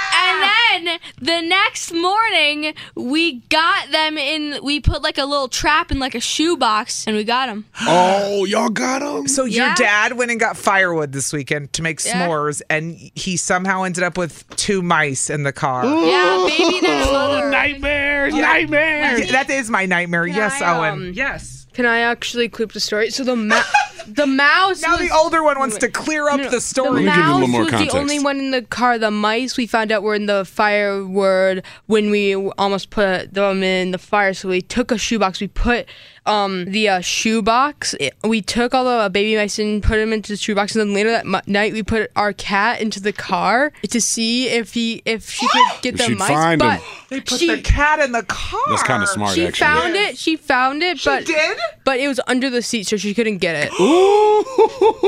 Speaker 3: And then the next morning, we got them in. We put like a little trap in like a shoebox, and we got them.
Speaker 2: oh, y'all got him.
Speaker 1: So your
Speaker 3: Yeah.
Speaker 1: dad went and got firewood this weekend to make
Speaker 3: Yeah.
Speaker 1: s'mores, and he somehow ended up with two mice in the car.
Speaker 3: Yeah, baby and their mother.
Speaker 2: Nightmares, nightmares.
Speaker 1: Yeah, that is my nightmare. yes,
Speaker 3: I,
Speaker 1: Owen.
Speaker 3: um,
Speaker 1: yes.
Speaker 3: Can I actually clip the story? So the ma- the mouse.
Speaker 1: Now the
Speaker 3: was-
Speaker 1: older one wants to clear up
Speaker 3: No,
Speaker 1: the story.
Speaker 3: The
Speaker 2: Let me give you a
Speaker 3: mouse
Speaker 2: little more
Speaker 3: was
Speaker 2: context.
Speaker 3: the only one in the car. The mice we found out were in the firewood when we almost put them in the fire. So we took a shoebox. We put um, the uh, shoebox. it- We took all the uh, baby mice and put them into the shoebox. And then later that mi- night, we put our cat into the car to see if he if she could get
Speaker 2: If
Speaker 3: the
Speaker 2: she'd
Speaker 3: mice.
Speaker 2: find 'em.
Speaker 3: but
Speaker 1: They put
Speaker 3: she,
Speaker 1: the cat in the car.
Speaker 2: That's kind of smart,
Speaker 3: She
Speaker 2: actually.
Speaker 3: found it. She found it. She but
Speaker 1: did?
Speaker 3: But it was under the seat, so she couldn't get it.
Speaker 2: Ooh.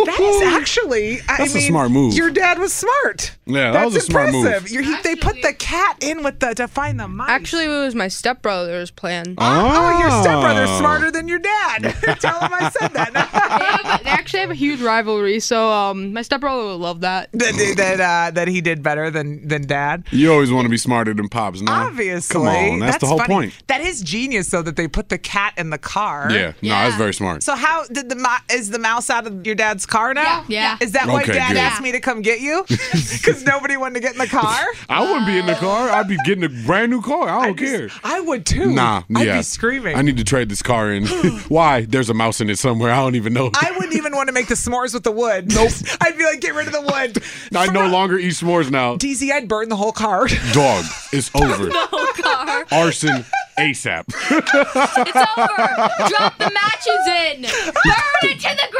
Speaker 1: That is actually. I
Speaker 2: That's a
Speaker 1: mean,
Speaker 2: smart move.
Speaker 1: Your dad was smart.
Speaker 2: Yeah, that
Speaker 1: That's
Speaker 2: was a smart move.
Speaker 1: impressive. You're- he- they put the cat in with the to find the mice.
Speaker 3: Actually, it was my stepbrother's plan.
Speaker 1: Oh, your stepbrother's
Speaker 2: Oh.
Speaker 1: smarter than your dad. Tell him I said that.
Speaker 3: they, have- they actually have a huge rivalry, so um, my stepbrother would love that.
Speaker 1: that that, uh, that he did better than than dad.
Speaker 2: You always want to be smarter than pops, no?
Speaker 1: Obviously,
Speaker 2: Come on, that's, the whole
Speaker 1: funny.
Speaker 2: point.
Speaker 1: That is genius, though, that they put the cat in the car.
Speaker 2: Yeah, no,
Speaker 3: Yeah.
Speaker 2: that's very smart.
Speaker 1: So how did the mo- is the mouse out of your dad's car now?
Speaker 3: Yeah. Yeah.
Speaker 1: Is that why
Speaker 2: Okay,
Speaker 1: dad
Speaker 2: good.
Speaker 1: asked me to come get you? Because nobody wanted to get in the car.
Speaker 2: I wouldn't be in the car. I'd be getting a brand new car. I don't care.
Speaker 1: I would too.
Speaker 2: nah,
Speaker 1: I'd
Speaker 2: yeah.
Speaker 1: be screaming.
Speaker 2: I need to trade this car in. Why? There's a mouse in it somewhere. I don't even know.
Speaker 1: I wouldn't even want to make the s'mores with the wood. Nope. I'd be like, get rid of the wood.
Speaker 2: I no longer eat s'mores now.
Speaker 1: DZ, I'd burn the whole car.
Speaker 2: Dog, it's over.
Speaker 3: Oh, car.
Speaker 2: Arson ASAP.
Speaker 3: It's over. Drop the matches in. Burn it to the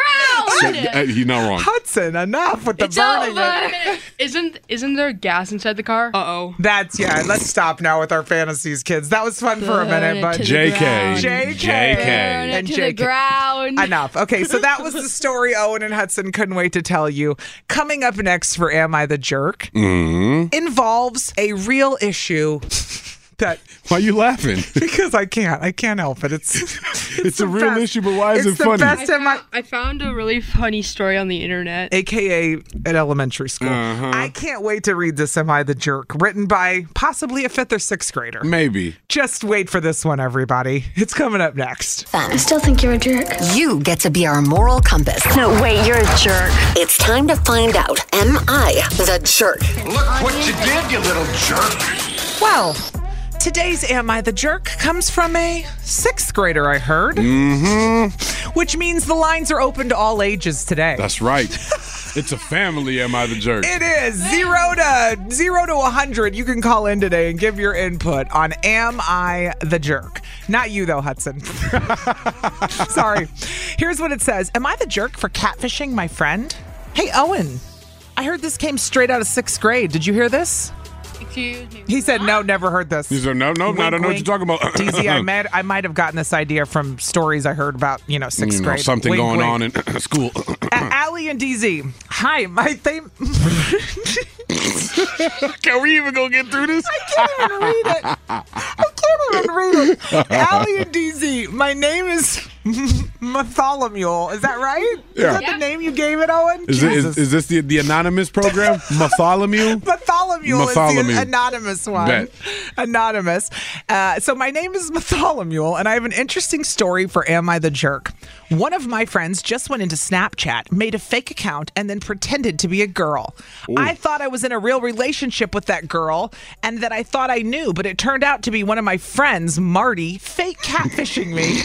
Speaker 2: Uh,
Speaker 3: ground.
Speaker 2: He's not wrong.
Speaker 1: Hudson, enough with the
Speaker 3: It's
Speaker 1: burning.
Speaker 3: over. Isn't isn't there gas inside the car? Uh oh.
Speaker 1: That's yeah. Let's stop now with our fantasies, kids. That was fun for a minute, but
Speaker 2: JK.
Speaker 1: JK.
Speaker 2: JK.
Speaker 3: Burn it
Speaker 1: And
Speaker 3: to
Speaker 1: JK.
Speaker 3: the ground.
Speaker 1: Enough. Okay, so that was the story Owen and Hudson couldn't wait to tell you. Coming up next for Am I the Jerk
Speaker 2: Mm-hmm.
Speaker 1: involves a real issue that
Speaker 2: Why you laughing?
Speaker 1: because I can't, I can't help it. It's it's,
Speaker 2: It's a
Speaker 1: the
Speaker 2: real
Speaker 1: best.
Speaker 2: issue, but why is
Speaker 1: It's
Speaker 2: it
Speaker 1: the
Speaker 2: funny?
Speaker 1: Best Am I-
Speaker 3: I found a really funny story on the internet.
Speaker 1: AKA at elementary school. I can't wait to read this Am I the Jerk, written by possibly a fifth or sixth grader.
Speaker 2: Maybe.
Speaker 1: Just wait for this one, everybody. It's coming up next.
Speaker 6: Fun.
Speaker 9: Still think you're a jerk.
Speaker 6: You get to be our moral compass.
Speaker 9: No, wait, you're a jerk.
Speaker 6: It's time to find out Am I the jerk?
Speaker 7: Look what you did, you little jerk.
Speaker 1: Well, today's Am I the Jerk comes from a sixth grader, I heard. Mm-hmm. Which means the lines are open to all ages today.
Speaker 2: That's right. It's a family, am I the jerk?
Speaker 1: it is zero to zero to a hundred. You can call in today and give your input on Am I the Jerk? Not you though, Hudson. Sorry. Here's what it says: Am I the jerk for catfishing my friend? Hey, Owen. I heard this came straight out of sixth grade. Did you hear this?
Speaker 3: Excuse me.
Speaker 1: He said, "No, never heard this."
Speaker 2: He's like, no, no, no, I don't know what you're talking about.
Speaker 1: DZ, I might, I might have gotten this idea from stories I heard about, you know, sixth
Speaker 2: You know,
Speaker 1: grade.
Speaker 2: Mm, something
Speaker 1: Wink,
Speaker 2: going
Speaker 1: wink.
Speaker 2: on in school.
Speaker 1: A- Allie and DZ. Hi, my thing.
Speaker 2: Can we even go get through this?
Speaker 1: I can't even read it. I can't even read it. Allie and DZ. My name is Matholomew. Is that right?
Speaker 2: Yeah.
Speaker 1: Is that the name you gave it, Owen?
Speaker 2: Is, it, is, is this the, the anonymous program? Matholomew?
Speaker 1: Bartholomew, is
Speaker 2: Bartholomew.
Speaker 1: the anonymous one.
Speaker 2: Bet.
Speaker 1: Anonymous. Uh, so my name is Bartholomew, and I have an interesting story for Am I the Jerk? One of my friends just went into Snapchat, made a fake account, and then pretended to be a girl. I thought I was in a real relationship with that girl, and that I thought I knew, but it turned out to be one of my friends, Marty, fake catfishing me.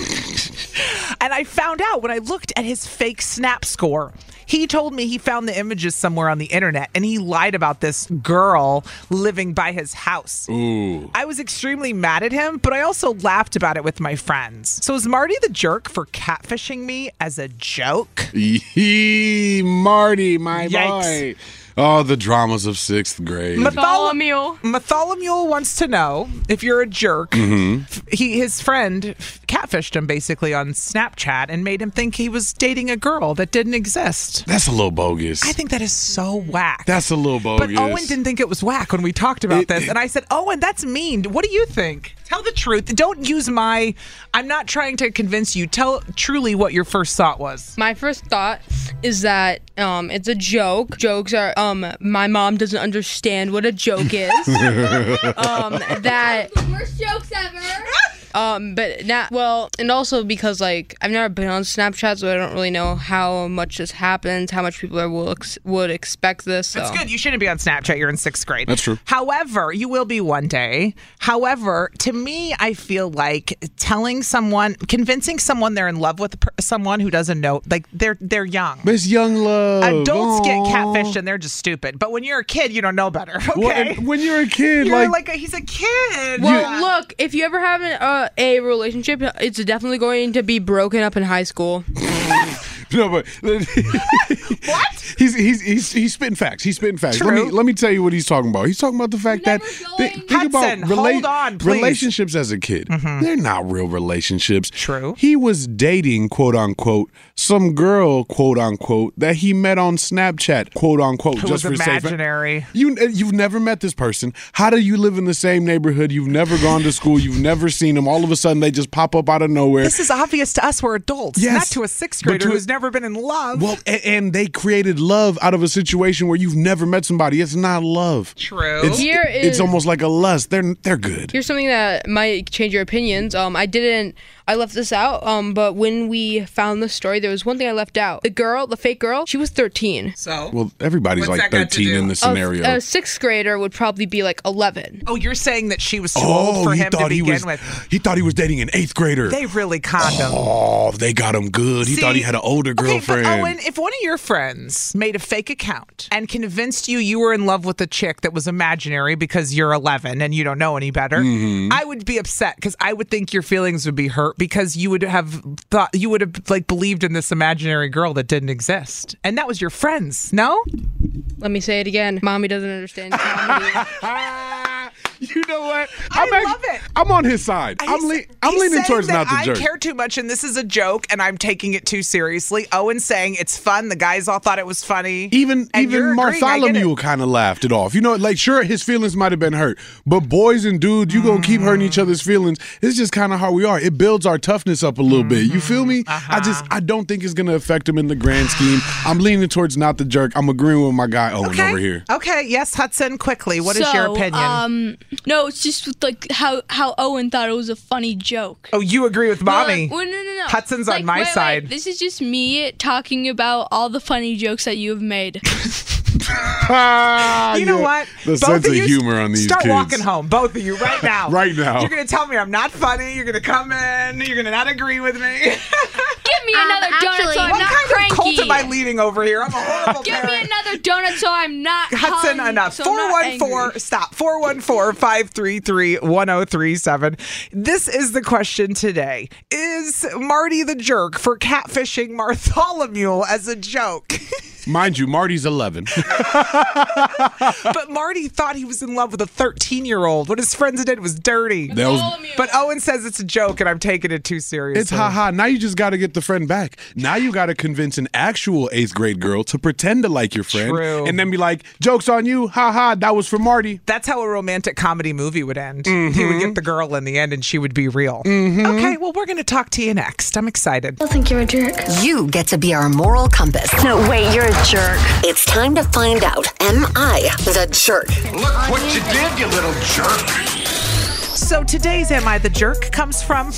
Speaker 1: And I found out when I looked at his fake snap score. He told me he found the images somewhere on the internet and he lied about this girl living by his house.
Speaker 2: Ooh.
Speaker 1: I was extremely mad at him, but I also laughed about it with my friends. So is Marty the jerk for catfishing me as a joke?
Speaker 2: Yee, Marty, my
Speaker 1: Yikes.
Speaker 2: boy. Oh, the dramas of sixth grade.
Speaker 1: Matholomew. Matholomew wants to know if you're a jerk.
Speaker 2: Mhm.
Speaker 1: He his friend f- catfished him basically on Snapchat and made him think he was dating a girl that didn't exist.
Speaker 2: That's a little bogus.
Speaker 1: I think that is so whack.
Speaker 2: That's a little
Speaker 1: But
Speaker 2: bogus.
Speaker 1: Owen didn't think it was whack when we talked about this. And I said, Owen, that's mean. What do you think? Tell the truth. Don't use my. I'm not trying to convince you. Tell truly what your first thought was.
Speaker 3: My first thought is that um, it's a joke. Jokes are um, my mom doesn't understand what a joke is. um, that
Speaker 10: Worst jokes ever.
Speaker 3: um, but now well, and also because like I've never been on Snapchat, so I don't really know how much this happens, how much people are, will ex- would expect this. So.
Speaker 1: That's good. You shouldn't be on Snapchat. You're in sixth grade.
Speaker 3: That's true.
Speaker 1: However, you will be one day. However, to me, I feel like telling someone, convincing someone they're in love with a per- someone who doesn't know, like they're they're young.
Speaker 2: But it's young love.
Speaker 1: Adults get
Speaker 2: Aw.
Speaker 1: catfished and they're just stupid. But when you're a kid, you don't know better. Okay.
Speaker 2: Well, and when you're a kid,
Speaker 1: You're
Speaker 2: like,
Speaker 1: like, he's a kid.
Speaker 3: Well, look, if you ever have an, uh, a relationship, it's definitely going to be broken up in high school.
Speaker 2: no, but what? He's he's he's he's spitting facts. He's spitting facts. Let me
Speaker 1: True.
Speaker 2: let me tell you what he's talking about. He's talking about the fact that thi- think about
Speaker 1: Hudson,
Speaker 2: rela-
Speaker 1: hold on, please. Mm-hmm.
Speaker 2: relationships as a kid. They're not real relationships.
Speaker 1: True.
Speaker 2: He was dating quote unquote some girl quote unquote that he met on Snapchat quote unquote
Speaker 1: Who
Speaker 2: just
Speaker 1: was
Speaker 2: for safe.
Speaker 1: imaginary.
Speaker 2: You uh, you've never met this person. How do you live in the same neighborhood? You've never gone to school. You've never seen them. All of a sudden, they just pop up out of nowhere.
Speaker 1: This is obvious to us. We're adults,
Speaker 2: Yes.
Speaker 1: not to a sixth
Speaker 2: But
Speaker 1: grader
Speaker 2: to-
Speaker 1: who's never been in love.
Speaker 2: Well, and, and they created love out of a situation where you've never met somebody. It's not love.
Speaker 1: True.
Speaker 2: It's,
Speaker 3: Here
Speaker 2: it's
Speaker 3: is-
Speaker 2: almost like a lust. They're they're good.
Speaker 3: Here's something that might change your opinions. Um, I didn't. I left this out. Um, but when we found this story, there was one thing I left out. The girl, the fake girl, she was 13.
Speaker 1: So
Speaker 2: Well, everybody's
Speaker 1: Oh. What's
Speaker 2: like
Speaker 1: that got to
Speaker 2: 13
Speaker 1: do?
Speaker 2: in this scenario.
Speaker 3: a, sixth grader would probably be like 11.
Speaker 1: Oh, you're saying that she was too old
Speaker 2: oh,
Speaker 1: for
Speaker 2: he
Speaker 1: him to
Speaker 2: thought he
Speaker 1: begin
Speaker 2: was
Speaker 1: with.
Speaker 2: he thought he was dating an eighth grader.
Speaker 1: They really conned him.
Speaker 2: oh, they got him good. He thought he
Speaker 1: See?
Speaker 2: had an older girlfriend.
Speaker 1: Okay, but Owen, if one of your friends made a fake account and convinced you you were in love with a chick that was imaginary because you're 11 and you don't know any better,
Speaker 2: Mm-hmm.
Speaker 11: Mhm.
Speaker 1: I would be upset because I would think your feelings would be hurt because you would have thought you would have like believed in this imaginary girl that didn't exist, and that was your friends. No,
Speaker 3: Let me say it again. Mommy doesn't understand.
Speaker 2: you know what?
Speaker 1: I'm I love it.
Speaker 2: I'm on his side. I'm, le- I'm
Speaker 1: He's
Speaker 2: leaning
Speaker 1: saying
Speaker 2: towards
Speaker 1: that
Speaker 2: not the
Speaker 1: I
Speaker 2: jerk.
Speaker 1: care too much, and this is a joke, and I'm taking it too seriously. Owen saying it's fun. The guys all thought it was funny.
Speaker 2: Even
Speaker 1: And
Speaker 2: even
Speaker 1: you're agreeing, I get it.
Speaker 2: Bartholomew kind of laughed it off. You know, like sure his feelings might have been hurt, but boys and dudes, you gonna keep hurting each other's feelings. It's just kind of how we are. It builds our toughness up a little bit. You feel me? I just
Speaker 1: Uh-huh.
Speaker 2: I don't think it's gonna affect him in the grand scheme. I'm leaning towards not the jerk. I'm agreeing with my guy Owen over here.
Speaker 1: Okay, yes, Hudson, quickly, what is your
Speaker 10: So,
Speaker 1: opinion?
Speaker 10: Um, no, it's just with, like how how Owen thought it was a funny joke.
Speaker 1: oh, you agree with Mommy.
Speaker 10: No, no, no, no.
Speaker 1: Hudson's
Speaker 10: Like,
Speaker 1: on my
Speaker 10: wait, wait,
Speaker 1: side.
Speaker 10: This is just me talking about all the funny jokes that you have made.
Speaker 1: you know what?
Speaker 2: Ah, The sense
Speaker 1: of
Speaker 2: of
Speaker 1: you
Speaker 2: humor on these
Speaker 1: Start
Speaker 2: kids.
Speaker 1: walking home, both of you, right now.
Speaker 2: Right now.
Speaker 1: You're going to tell me I'm not funny. You're going to come in. You're going to not agree with me.
Speaker 10: Give me
Speaker 1: Um,
Speaker 10: another donut so I'm
Speaker 1: what
Speaker 10: not
Speaker 1: kind of
Speaker 10: cranky.
Speaker 1: cult am I leading over here? I'm a horrible
Speaker 10: Give
Speaker 1: parent.
Speaker 10: me another donut so I'm not.
Speaker 1: Hudson,
Speaker 10: hungry,
Speaker 1: enough.
Speaker 10: so I'm not angry.
Speaker 1: 414, stop. 414 533 1037. This is the question today Is Marty the jerk for catfishing Bartholomew as a joke?
Speaker 2: Mind you, Marty's 11.
Speaker 1: but Marty thought he was in love with a 13 year old. What his friends did was dirty.
Speaker 2: That was-
Speaker 1: but Owen says it's a joke and I'm taking it too seriously.
Speaker 2: It's haha. Now you just got to get the friend back. Now you got to convince an actual eighth grade girl to pretend to like your friend,
Speaker 1: True.
Speaker 2: and then be like, "Jokes on you, haha. That was for Marty." Mm-hmm.
Speaker 1: That's how a romantic comedy movie would end. He would get the girl in the end and she would be real. Okay, well, we're going to talk to you next. I'm excited.
Speaker 6: I think you're a jerk. You get to be our moral compass. No, wait, you're a jerk. It's time to find out Am I the jerk?
Speaker 7: Look what you did, you little jerk.
Speaker 1: So today's Am I the Jerk comes from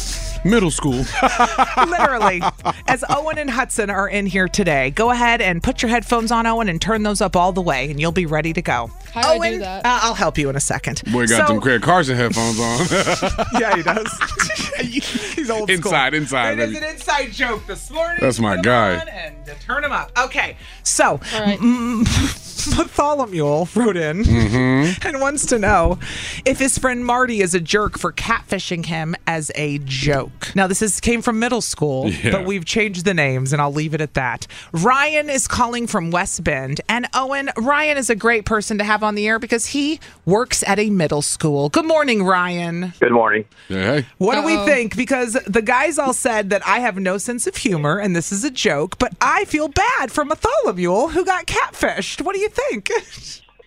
Speaker 2: Middle school.
Speaker 1: Literally. As Owen and Hudson are in here today, go ahead and put your headphones on, Owen, and turn those up all the way, and you'll be ready to go.
Speaker 3: How do I do that?
Speaker 1: Uh, I'll help you in a second.
Speaker 2: Boy got
Speaker 1: So-
Speaker 2: them Craig Carson headphones on.
Speaker 1: yeah, he does. He's old school.
Speaker 2: Inside, inside,
Speaker 1: It is
Speaker 2: baby.
Speaker 1: an inside joke this morning.
Speaker 2: That's my
Speaker 1: Put 'em
Speaker 2: guy.
Speaker 1: on And uh, turn him up. Okay, so mm, Bartholomew wrote in
Speaker 2: Mm-hmm.
Speaker 1: and wants to know if his friend Marty is a jerk for catfishing him as a joke. Now, this is came from middle school,
Speaker 11: Yeah.
Speaker 1: but we've changed the names, and I'll leave it at that. Ryan is calling from West Bend, and Owen, Ryan is a great person to have on the air because he works at a middle school. Good morning, Ryan.
Speaker 8: Good morning.
Speaker 1: What do we think? Because the guys all said that I have no sense of humor and this is a joke, but I feel bad for Muthalamule who got catfished. What do you think?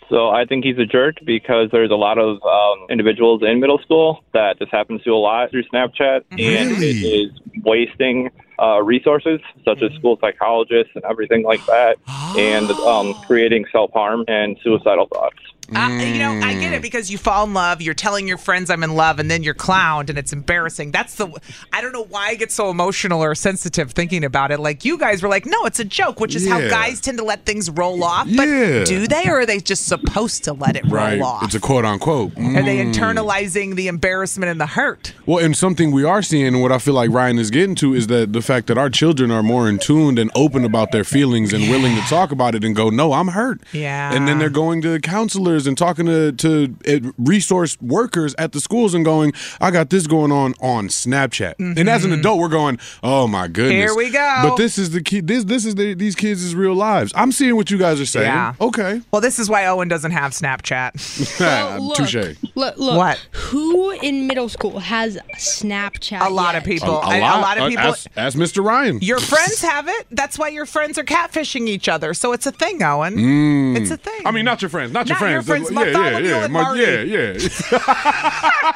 Speaker 12: So I think he's a jerk because there's a lot of um, individuals in middle school that this happens to a lot through Snapchat, and it is wasting uh, resources such as school psychologists and everything like that, and um, creating self harm and suicidal thoughts.
Speaker 1: Ah. Uh, you know, I get it because you fall in love, you're telling your friends I'm in love, and then you're clowned and it's embarrassing. That's the I don't know why I get so emotional or sensitive thinking about it. Like you guys were like, no, it's a joke, which is how
Speaker 2: Yeah.
Speaker 1: guys tend to let things roll off. But
Speaker 2: Yeah.
Speaker 1: do they or are they just supposed to let it roll
Speaker 2: right.
Speaker 1: off?
Speaker 2: It's a quote unquote.
Speaker 1: Are they
Speaker 2: Mm.
Speaker 1: internalizing the embarrassment and the hurt?
Speaker 2: Well, and something we are seeing, and what I feel like Ryan is getting to, is that the fact that our children are more in tuned and open about their feelings and willing to talk about it and go, no, I'm hurt.
Speaker 1: Yeah.
Speaker 2: And then they're going to counselors and talking to, to uh, resource workers at the schools and going, I got this going on on Snapchat. And as an adult, we're going, oh my goodness.
Speaker 1: Mm-hmm. Here we go.
Speaker 2: But this is the key. This this is the, these kids' is real lives. I'm seeing what you guys are saying. Oh.
Speaker 1: Yeah.
Speaker 2: Okay.
Speaker 1: Well, this is why Owen doesn't have Snapchat.
Speaker 3: look.
Speaker 2: Uh, Touche.
Speaker 3: Look, look.
Speaker 1: What?
Speaker 3: Who in middle school has Snapchat?
Speaker 1: A lot of
Speaker 3: yet?
Speaker 1: people. I- a lot Uh, of people-
Speaker 2: Uh, Ask, ask Mr. Ryan.
Speaker 1: Your friends have it. That's why your friends are catfishing each other. So it's a thing, Owen.
Speaker 2: Mm.
Speaker 1: It's a thing.
Speaker 2: I mean, not your friends. Not your
Speaker 1: Not your
Speaker 2: friends.
Speaker 1: friends,
Speaker 2: uh, yeah, yeah,
Speaker 1: Bartholomew
Speaker 2: yeah,
Speaker 1: and
Speaker 2: Mar-
Speaker 1: Marty.
Speaker 2: yeah, yeah.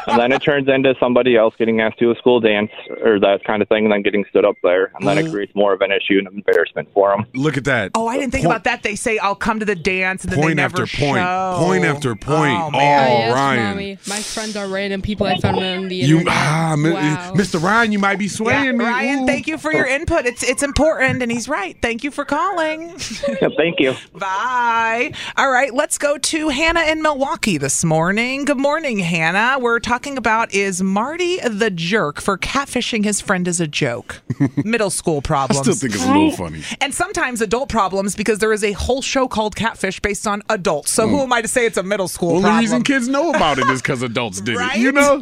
Speaker 12: And then it turns into somebody else getting asked to a school dance or that kind of thing, and then getting stood up there, and then it creates more of an issue and embarrassment for them.
Speaker 2: Look at that.
Speaker 1: Oh, I didn't think about that. They say I'll come to the dance, and then they
Speaker 2: Point
Speaker 1: never
Speaker 2: after point.
Speaker 1: show.
Speaker 2: Point after point.
Speaker 1: Oh,
Speaker 2: Oh,
Speaker 1: man.
Speaker 3: Yes,
Speaker 2: Ryan.
Speaker 3: mommy. My friends are random people I found on the
Speaker 2: You,
Speaker 3: internet.
Speaker 2: ah, mi- Mr. Ryan, you might be swaying me.
Speaker 1: Ryan,
Speaker 2: Ooh. Oh.
Speaker 1: thank you for your input. It's it's important, and he's right. Thank you for calling.
Speaker 12: Thank you.
Speaker 1: Bye. All right, let's go to Hannah in Milwaukee this morning. Good morning, Hannah. We're talking about is Marty the jerk for catfishing his friend as a joke? Middle school problems.
Speaker 2: still think it's a little funny.
Speaker 1: And sometimes adult problems because there is a whole show called Catfish based on adults. So who am I to say it's a middle school
Speaker 2: Mm. Only
Speaker 1: problem?
Speaker 2: reason kids know about it is because adults did it. You know?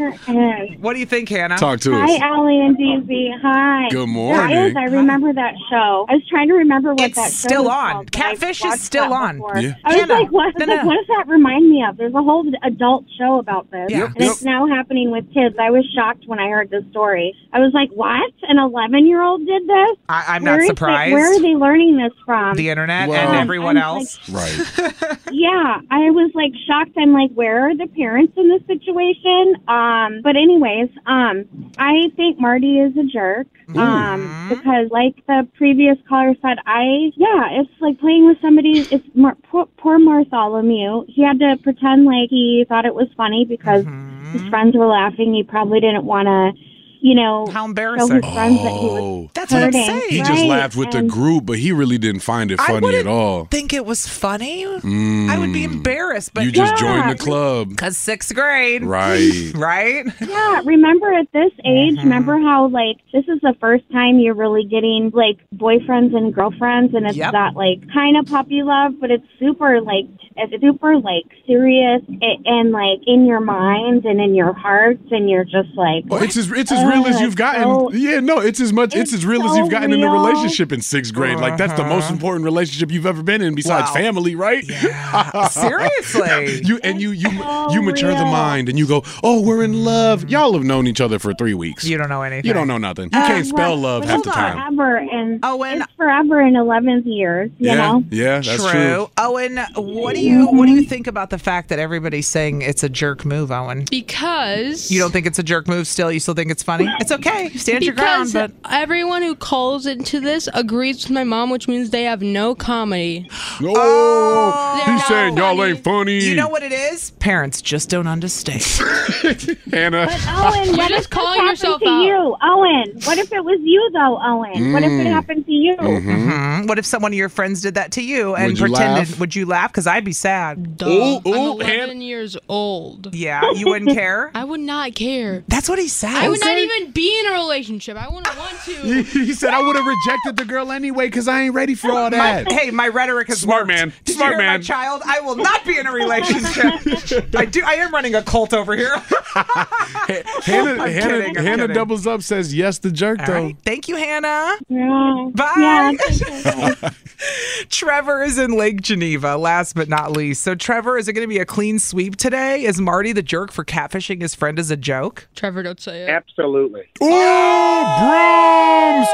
Speaker 1: What do you think, Hannah?
Speaker 2: Talk to
Speaker 13: Hi, Allie and DZ. Hi.
Speaker 2: Good
Speaker 13: Guys,
Speaker 2: morning.
Speaker 13: I remember that show. I was trying to remember what
Speaker 1: It's
Speaker 13: that show
Speaker 1: still
Speaker 13: was
Speaker 1: on.
Speaker 13: called, but
Speaker 1: Catfish
Speaker 13: I've
Speaker 1: is
Speaker 13: watched
Speaker 1: still
Speaker 13: that
Speaker 1: on.
Speaker 13: before.
Speaker 1: Yeah.
Speaker 13: I was
Speaker 1: Hannah,
Speaker 13: like, what, I was
Speaker 1: no,
Speaker 13: like,
Speaker 1: no.
Speaker 13: what does that remind me of? There's a whole adult show about this.
Speaker 1: Yep,
Speaker 13: and it's now happening with kids. I was shocked when I heard this story. I was like, what? An 11 year old did this?
Speaker 1: I, I'm not surprised.
Speaker 13: where are they learning this from?
Speaker 1: The internet
Speaker 13: Um, Well,
Speaker 1: and everyone
Speaker 13: I'm like,
Speaker 1: else.
Speaker 2: right.
Speaker 13: yeah, I was like shocked. I'm like, where are the parents in this situation? Um, but anyways, um, I think Marty is a jerk. Um, because like the previous caller said, I yeah, it's like playing with somebody. It's Mar- poor, poor Bartholomew. He had to pretend like he thought it was funny because his friends were laughing. He probably didn't want to, you know,
Speaker 1: how
Speaker 13: show
Speaker 1: embarrassing.
Speaker 13: his friends that he was
Speaker 1: That's what I'm
Speaker 13: hurting.
Speaker 1: saying.
Speaker 2: Oh, He just
Speaker 13: Right,
Speaker 2: laughed with the
Speaker 13: and-
Speaker 2: group, but he really didn't find it
Speaker 1: I
Speaker 2: funny at
Speaker 1: wouldn't
Speaker 2: all. Mm,
Speaker 1: think it was funny. I would be embarrassed, but
Speaker 2: You just joined the club.
Speaker 1: Cause sixth grade,
Speaker 2: Right.
Speaker 1: right?
Speaker 13: Yeah, remember at this age, remember how like this is the first time you're really getting like boyfriends and girlfriends, and it's
Speaker 14: Yep.
Speaker 13: that like kind of puppy love, but it's super like it's super like serious and, and like in your mind and in your hearts, and you're just like
Speaker 2: Oh, it's as it's as real as you've gotten. yeah, no, it's as much. It's, as real as
Speaker 13: so
Speaker 2: you've gotten in a
Speaker 13: real.
Speaker 2: relationship in sixth grade. Like that's the most important relationship you've ever been in, besides
Speaker 1: Uh-huh. Wow.
Speaker 2: family, right?
Speaker 1: Seriously.
Speaker 2: you and you you
Speaker 1: so
Speaker 2: you mature the
Speaker 1: real.
Speaker 2: mind and you go, oh, we're in love. Y'all have known each other for three weeks. You
Speaker 1: don't know anything.
Speaker 2: You don't know nothing. You
Speaker 13: Uh,
Speaker 2: can't spell
Speaker 13: right.
Speaker 2: love
Speaker 13: But
Speaker 2: half
Speaker 13: it's
Speaker 2: the time.
Speaker 13: Forever and Owen, it's forever in 11 years, you
Speaker 2: Yeah,
Speaker 13: know.
Speaker 2: yeah, that's true.
Speaker 1: Owen, what do you what do you think about the fact that everybody's saying it's a jerk move, Owen?
Speaker 3: Because
Speaker 1: You don't think it's a jerk move still? You still think it's funny? honey. It's okay. Stand your ground,
Speaker 3: because
Speaker 1: but
Speaker 3: everyone who calls into this agrees with my mom, which means they have no comedy.
Speaker 2: Oh,
Speaker 3: Oh,
Speaker 2: he's saying y'all ain't funny.
Speaker 1: You know what it is? parents just don't understand.
Speaker 2: Hannah.
Speaker 3: oh.
Speaker 13: Owen, what
Speaker 3: You're
Speaker 13: if
Speaker 3: just calling
Speaker 13: this
Speaker 3: yourself
Speaker 13: happened to
Speaker 3: out.
Speaker 13: you, Owen? What if it was you though, Owen? What if it
Speaker 1: Mm.
Speaker 13: happened to you?
Speaker 2: Mm-hmm.
Speaker 1: Mhm. What if someone of your friends did that to you and
Speaker 3: Would you
Speaker 1: pretended?
Speaker 3: laugh?
Speaker 1: Would you laugh? Because I'd be sad.
Speaker 3: Duh. I'm 11 years old.
Speaker 1: Yeah, you wouldn't care?
Speaker 3: I would not care.
Speaker 1: That's what he said.
Speaker 3: I would not even be in a relationship. I wouldn't want to.
Speaker 11: he said, I would have rejected the girl anyway because I ain't ready for all
Speaker 1: My-
Speaker 11: that.
Speaker 1: hey, my rhetoric has smart man. Did
Speaker 11: Smart
Speaker 1: you hear
Speaker 11: man.
Speaker 1: my child? I will not be in a relationship. I do. I am running a cult over here.
Speaker 2: Hannah,
Speaker 1: I'm
Speaker 2: Hannah,
Speaker 1: kidding, I'm
Speaker 2: Hannah
Speaker 1: kidding.
Speaker 2: doubles up, says yes to jerk
Speaker 1: All
Speaker 2: though.
Speaker 1: right. Thank you, Hannah.
Speaker 13: Yeah,
Speaker 1: Bye. Trevor is in Lake Geneva, last but not least. So, Trevor, is it going to be a clean sweep today? Is Marty the jerk for catfishing his friend as a joke?
Speaker 3: Trevor, don't say it.
Speaker 8: Absolutely.
Speaker 2: Ooh, brooms,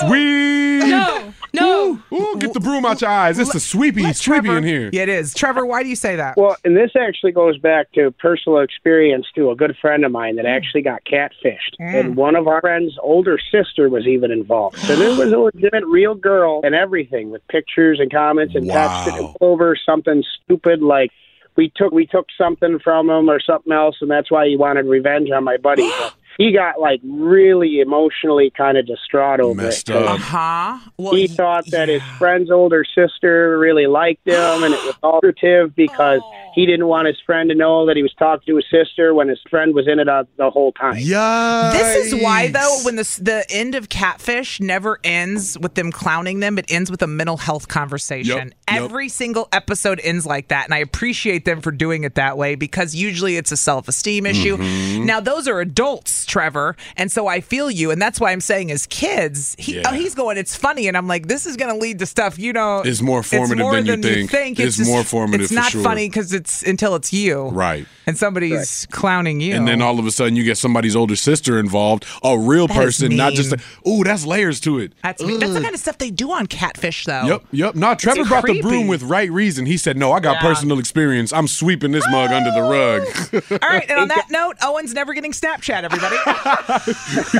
Speaker 2: sweep.
Speaker 3: No, no.
Speaker 2: Ooh, ooh, get the broom out your eyes. It's a sweepy, sweepy in here.
Speaker 1: Yeah, it is. Trevor, why do you say that?
Speaker 8: Well, and this actually goes back to personal experience to a good friend of mine that actually got catfished.
Speaker 1: Mm.
Speaker 8: And one of our friend's older sister was even involved. So this was a legitimate real girl and everything with pictures and comments and texts and over something stupid like we took we took something from him or something else and that's why he wanted revenge on my buddy. But he got like really emotionally kind of distraught over
Speaker 2: Messed
Speaker 8: it. 'cause
Speaker 2: up.
Speaker 1: huh?
Speaker 8: he thought that his friend's older sister really liked him, and it was alternative because
Speaker 1: Oh.
Speaker 8: he didn't want his friend to know that he was talking to his sister when his friend was in it uh, the whole time.
Speaker 2: Yeah.
Speaker 1: This is why, though, when the the end of Catfish never ends with them clowning them, it ends with a mental health conversation.
Speaker 11: Yep.
Speaker 1: Every single episode ends like that, and I appreciate them for doing it that way because usually it's a self esteem issue.
Speaker 2: Mm-hmm.
Speaker 11: Mhm.
Speaker 1: Now those are adults, Trevor, and so I feel you, and that's why I'm saying as kids, he, oh, he's going, it's funny, and I'm like, this is going to lead to stuff you know.
Speaker 2: It's more formative
Speaker 1: more
Speaker 2: than you think.
Speaker 1: It's,
Speaker 2: It's
Speaker 1: just-
Speaker 2: more formative
Speaker 1: It's
Speaker 2: for
Speaker 1: not
Speaker 2: sure.
Speaker 1: funny because it's until it's you,
Speaker 2: Right.
Speaker 1: And somebody's clowning you,
Speaker 2: And then all of a sudden, you get somebody's older sister involved, a real
Speaker 1: That is
Speaker 2: person, not just.
Speaker 1: mean.
Speaker 2: a- Ooh, that's layers to it.
Speaker 1: That's me. That's the kind of stuff they do on Catfish, though.
Speaker 2: Yep, yep. No,
Speaker 1: It's
Speaker 2: Trevor brought the
Speaker 1: creepy.
Speaker 2: broom with right reason. He said, "No, I got
Speaker 1: Yeah.
Speaker 2: personal experience. I'm sweeping this mug under the rug."
Speaker 1: All right, and on that note, Owen's never getting Snapchat, everybody.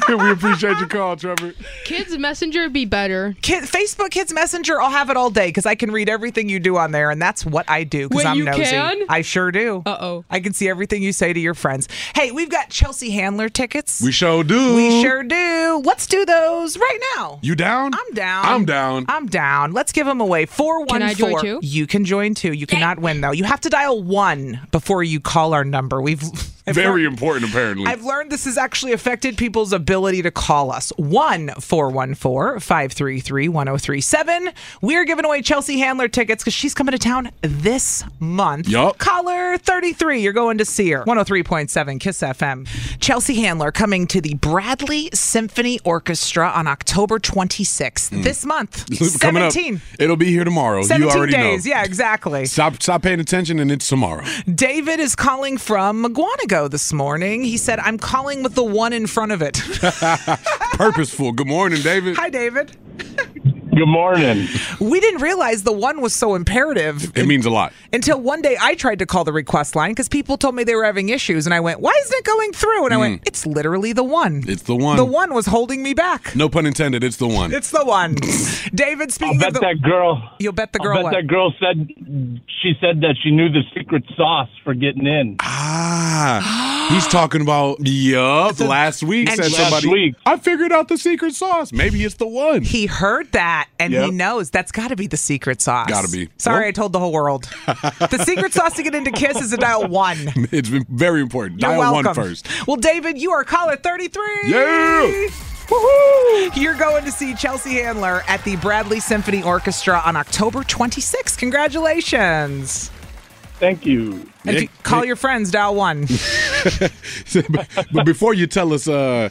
Speaker 2: we appreciate your call, Trevor.
Speaker 3: Kids Messenger would be better.
Speaker 1: Kid, Facebook Kids Messenger, I'll have it all day because I can read everything you do on there, and that's what I do because
Speaker 3: Wait,
Speaker 1: I'm
Speaker 3: you
Speaker 1: nosy.
Speaker 3: can?
Speaker 1: I sure do. Uh oh. I can see everything you say to your friends. Hey, we've got Chelsea Handler tickets.
Speaker 2: We sure do.
Speaker 1: We sure do. Let's do those right now.
Speaker 2: You down?
Speaker 1: I'm down.
Speaker 2: I'm down.
Speaker 1: I'm down. Let's give them away. 414.
Speaker 2: Can I join too?
Speaker 1: You can join too. You cannot win though. You have to dial 1 before you call our number. We've I've learned-
Speaker 2: Very important, apparently.
Speaker 1: I've learned this has actually affected people's ability to call us. 1 414 533 1037. We're giving away Chelsea Handler tickets because she's coming to town this month.
Speaker 11: Yup.
Speaker 1: Caller 33, you're going to see her. 103.7 Kiss FM. Chelsea Handler coming to the Bradley Symphony Orchestra on October 26th
Speaker 2: Mm.
Speaker 1: this month.
Speaker 2: Coming up,
Speaker 1: 17.
Speaker 2: it'll be here tomorrow. you
Speaker 1: 17
Speaker 2: already
Speaker 1: days.
Speaker 2: know.
Speaker 1: Yeah, exactly.
Speaker 2: Stop, stop paying attention, and it's tomorrow.
Speaker 1: David is calling from McGuanago this morning. He said, I'm calling with the one in front of it.
Speaker 2: Purposeful. Good morning, David.
Speaker 1: Hi, David.
Speaker 2: Good morning.
Speaker 1: We didn't realize the one was so imperative
Speaker 2: It means a lot.
Speaker 1: until one day I tried to call the request line because people told me they were having issues, and I went, "Why isn't it going through?" And I
Speaker 2: Hmm.
Speaker 1: went, "It's literally the one.
Speaker 2: It's the one.
Speaker 1: The one was holding me back.
Speaker 2: No pun intended. It's the one.
Speaker 1: It's the one." David, speaking
Speaker 14: bet
Speaker 1: of the,
Speaker 14: that girl.
Speaker 1: you'll bet the
Speaker 14: I'll
Speaker 1: girl.
Speaker 14: bet
Speaker 1: what?
Speaker 14: that girl said she said that she knew the secret sauce for getting in.
Speaker 2: Ah, he's talking about yup. Last week
Speaker 1: and
Speaker 2: said
Speaker 1: last
Speaker 2: somebody.
Speaker 1: week.
Speaker 2: I figured out the secret sauce. Maybe it's the one.
Speaker 1: He heard that and
Speaker 2: Yep.
Speaker 1: he knows that's got to be the secret sauce.
Speaker 2: Gotta be.
Speaker 1: Sorry,
Speaker 2: Nope.
Speaker 1: I told the whole world. the secret sauce to get into Kiss is to dial one.
Speaker 2: It's been very important.
Speaker 1: You're
Speaker 2: Dial
Speaker 1: welcome.
Speaker 2: one first.
Speaker 1: Well, David, you are caller 33.
Speaker 2: Yeah.
Speaker 1: Woohoo! You're going to see Chelsea Handler at the Bradley Symphony Orchestra on October 26th. Congratulations.
Speaker 14: Thank you.
Speaker 1: And if you call your friends, dial one.
Speaker 2: but before you tell us uh,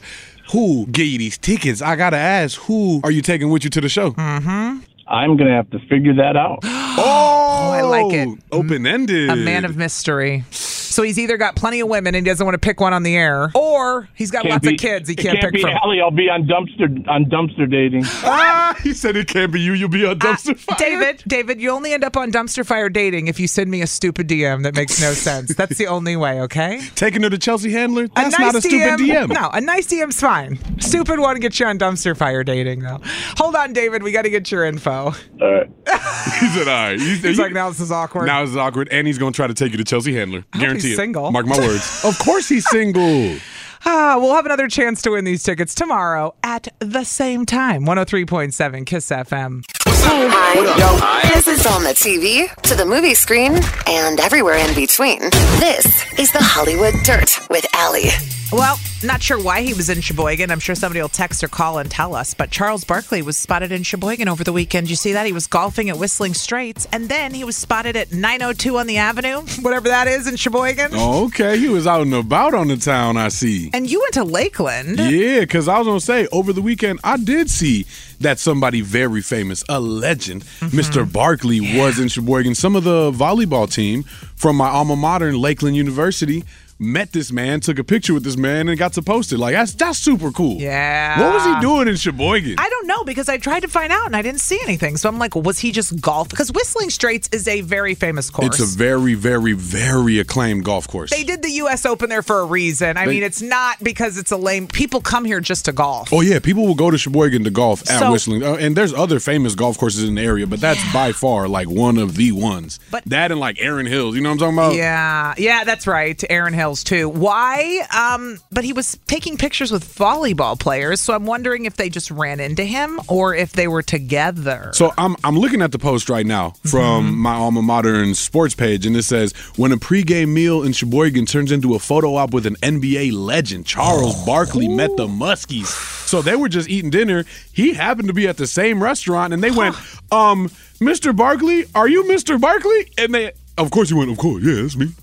Speaker 2: who gave you these tickets, I gotta ask, who are you taking with you to the show? Mm-hmm.
Speaker 14: I'm gonna have to figure that out.
Speaker 2: oh,
Speaker 1: I like it.
Speaker 2: Open ended.
Speaker 1: A man of mystery. So he's either got plenty of women and he doesn't want to pick one on the air, or he's got
Speaker 14: Can't
Speaker 1: lots
Speaker 14: be-
Speaker 1: of kids he
Speaker 14: it
Speaker 1: can't,
Speaker 14: can't
Speaker 1: pick
Speaker 14: be
Speaker 1: from.
Speaker 14: Allie. I'll be on dumpster on dumpster dating.
Speaker 2: ah, he said it can't be you. You'll be on dumpster
Speaker 1: Ah,
Speaker 2: fire.
Speaker 1: David, David, you only end up on dumpster fire dating if you send me a stupid DM that makes no sense. That's the only way, okay?
Speaker 2: Taking her to Chelsea Handler? That's
Speaker 1: nice
Speaker 2: not a stupid DM.
Speaker 1: No, a nice DM's fine. Stupid one gets you on dumpster fire dating, though. Hold on, David. We got to get your info.
Speaker 2: All right. he said, all right. He's,
Speaker 1: He's like, now this is awkward.
Speaker 2: Now it's awkward, and he's going to try to take you to Chelsea Handler.
Speaker 1: hope
Speaker 2: Guarantee
Speaker 1: he's
Speaker 2: it.
Speaker 1: single.
Speaker 2: Mark my words. of course he's single.
Speaker 1: Ah, we'll have another chance to win these tickets tomorrow at the same time. 103.7 Kiss FM.
Speaker 6: Hey, hi. This is on the TV, to the movie screen, and everywhere in between. This is the Hollywood Dirt with Allie.
Speaker 1: Well, not sure why he was in Sheboygan. I'm sure somebody will text or call and tell us. But Charles Barkley was spotted in Sheboygan over the weekend. You see that? He was golfing at Whistling Straits, and then he was spotted at 902 on the Avenue, whatever that is in Sheboygan.
Speaker 2: Oh, okay, he was out and about on the town, I see.
Speaker 1: And you went to Lakeland.
Speaker 2: Yeah, because I was going to say, over the weekend, I did see that somebody very famous, a legend,
Speaker 1: Mm-hmm.
Speaker 2: Mr. Barkley, was in Sheboygan. Some of the volleyball team from my alma mater, Lakeland University, met this man, took a picture with this man, and got to post it. Like, that's, that's super cool.
Speaker 1: Yeah.
Speaker 2: What was he doing in Sheboygan?
Speaker 1: I don't know because I tried to find out and I didn't see anything. So I'm like, was he just golf? Because Whistling Straits is a very famous course.
Speaker 2: It's a very, very, very acclaimed golf course.
Speaker 1: they did the U.S. Open there for a reason. I
Speaker 2: They-
Speaker 1: mean, it's not because it's a lame. People come here just to golf.
Speaker 2: Oh yeah, people will go to Sheboygan to golf at
Speaker 1: So-
Speaker 2: Whistling, Uh, and there's other famous golf courses in the area, but that's by far like one of the ones. But that and like Aaron Hills, you know what I'm talking about?
Speaker 1: Yeah, yeah, that's right. Aaron Hills too. Why? Um, but he was taking pictures with volleyball players, so I'm wondering if they just ran into him or if they were together.
Speaker 2: So I'm I'm looking at the post right now from
Speaker 1: Mm-hmm.
Speaker 2: my alma mater and sports page, and it says when a pregame meal in Sheboygan turns into a photo op with an NBA legend, Charles
Speaker 1: Oh.
Speaker 2: Barkley met the Muskies. So they were just eating dinner. He happened to be at the same restaurant, and they went, um, Mr. Barkley, are you Mr. Barkley? And they, of course, he went, of course, yeah, that's me.
Speaker 1: He-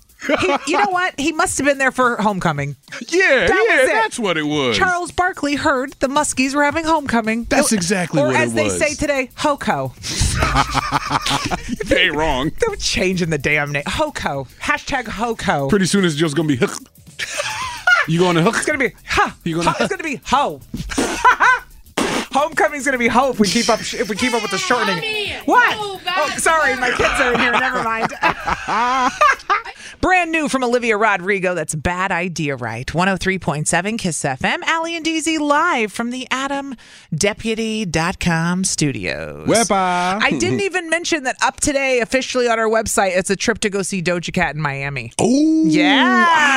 Speaker 1: you know what? He must have been there for homecoming.
Speaker 2: Yeah,
Speaker 1: That
Speaker 2: yeah,
Speaker 1: was it.
Speaker 2: that's what it was.
Speaker 1: Charles Barkley heard the Muskies were having homecoming.
Speaker 2: That's exactly
Speaker 1: or
Speaker 2: what it
Speaker 1: as they
Speaker 2: was.
Speaker 1: say today, hoco.
Speaker 2: you ain't wrong.
Speaker 1: They're changing the damn name. Hoco. Hashtag hoco.
Speaker 2: Pretty soon it's just gonna be hook. you going to hook? It's
Speaker 1: gonna be ha.
Speaker 2: You gonna?
Speaker 1: Ho- it's gonna be ho. Homecoming's gonna be ho if we keep up if we keep up with the shortening. what? oh, sorry, my kids are in here. Never mind. Brand new from Olivia Rodrigo. That's bad idea, right? 103.7 Kiss FM. Allie and DZ live from the AdamDeputy.com studios.
Speaker 2: Wepa.
Speaker 1: I didn't even mention that up today, officially on our website, it's a trip to go see Doja Cat in Miami.
Speaker 2: Oh,
Speaker 1: yes.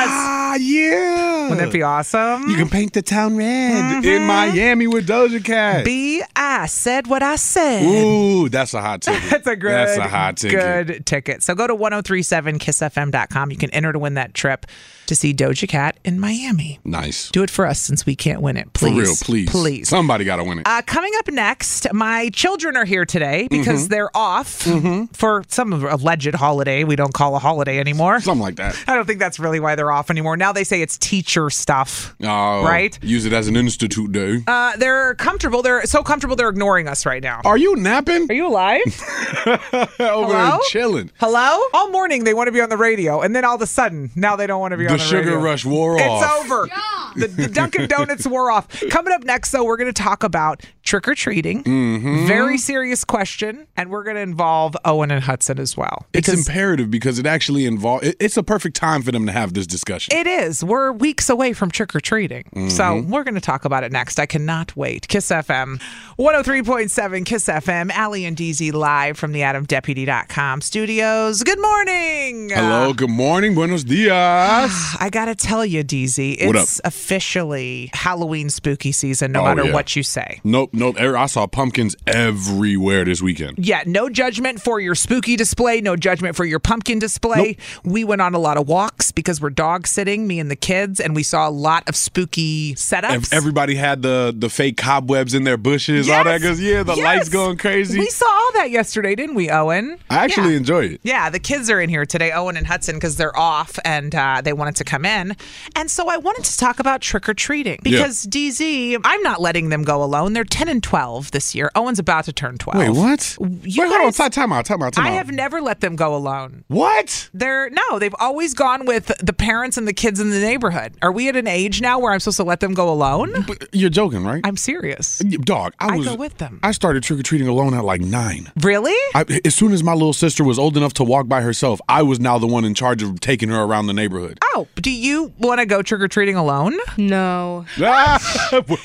Speaker 2: Ah, yeah.
Speaker 1: Wouldn't that be awesome?
Speaker 2: You can paint the town red in Miami with Doja Cat.
Speaker 1: B I said what I said.
Speaker 2: Ooh, that's a hot ticket.
Speaker 1: That's a good,
Speaker 2: That's a hot ticket.
Speaker 1: good ticket. So go to 1037kissfm.com. You can enter to win that trip to see Doja Cat in Miami.
Speaker 2: Nice.
Speaker 1: Do it for us since we can't win it, please.
Speaker 2: For real, please.
Speaker 1: Please.
Speaker 2: Somebody gotta win it.
Speaker 1: Uh, coming up next, my children are here today because
Speaker 2: Mhm.
Speaker 1: they're off
Speaker 2: Mm-hmm.
Speaker 1: for some alleged holiday we don't call a holiday anymore.
Speaker 2: Something like that.
Speaker 1: I don't think that's really why they're off anymore. Now they say it's teacher stuff.
Speaker 2: Oh,
Speaker 1: Right?
Speaker 2: Use it as an institute day.
Speaker 1: Uh, they're comfortable. They're so comfortable they're ignoring us right now.
Speaker 2: Are you napping?
Speaker 1: Are you alive?
Speaker 2: Over
Speaker 1: Hello?
Speaker 2: there chilling.
Speaker 1: Hello? All morning they want to be on the radio, and then all of a sudden, now they don't want to be
Speaker 2: The
Speaker 1: on the radio.
Speaker 2: sugar rush wore off.
Speaker 1: It's over. The, the Dunkin' Donuts wore off. Coming up next, though, we're going to talk about trick or treating.
Speaker 2: Mhm.
Speaker 1: Very serious question, and we're going to involve Owen and Hudson as well.
Speaker 2: It's imperative because it actually involves. It's a perfect time for them to have this discussion.
Speaker 1: It is. We're weeks away from trick or treating. So
Speaker 2: Mhm.
Speaker 1: we're going to talk about it next. I cannot wait. Kiss FM 103.7 Kiss FM. Allie and DZ live from the AdamDeputy.com studios. Good morning.
Speaker 2: Hello. Good morning. Buenos dias.
Speaker 1: Ah, I gotta tell you, DZ,
Speaker 2: What
Speaker 1: it's officially Halloween spooky season, no
Speaker 2: Oh,
Speaker 1: matter
Speaker 2: yeah.
Speaker 1: what you say.
Speaker 2: Nope. Nope. er- I saw pumpkins everywhere this weekend.
Speaker 1: Yeah, no judgment for your spooky display, no judgment for your pumpkin display. We went on a lot of walks because we're dog sitting, me and the kids, and we saw a lot of spooky
Speaker 2: Ev-
Speaker 1: setups.
Speaker 2: Everybody had the the fake cobwebs in their bushes. All that
Speaker 1: Yes!
Speaker 2: goes. Yeah. The lights
Speaker 1: Yes!
Speaker 2: going crazy.
Speaker 1: We saw all that yesterday, didn't we, Owen?
Speaker 2: I actually
Speaker 1: Yeah.
Speaker 2: enjoyed it.
Speaker 1: Yeah, the kids are in here today, Owen and Hudson, because they're off and uh, they wanted to come in. And so I wanted to talk about about trick or treating
Speaker 2: Yeah.
Speaker 1: because DZ, I'm not letting them go alone. They're 10 and 12 this year. Owen's about to turn 12.
Speaker 2: Wait, what?
Speaker 1: You
Speaker 2: Wait, hold on.
Speaker 1: guys-
Speaker 2: Time, time out. Time out. Time
Speaker 1: I
Speaker 2: out.
Speaker 1: have never let them go alone.
Speaker 2: What?
Speaker 1: They're no, they've always gone with the parents and the kids in the neighborhood. Are we at an age now where I'm supposed to let them go alone?
Speaker 2: You're joking, right?
Speaker 1: I'm serious.
Speaker 2: Dog, I
Speaker 1: I
Speaker 2: was.
Speaker 1: go with them.
Speaker 2: I started trick or treating alone at like nine.
Speaker 1: Really?
Speaker 2: I, as soon as my little sister was old enough to walk by herself, I was now the one in charge of taking her around the neighborhood.
Speaker 1: Oh, do you want to go trick or treating alone? No.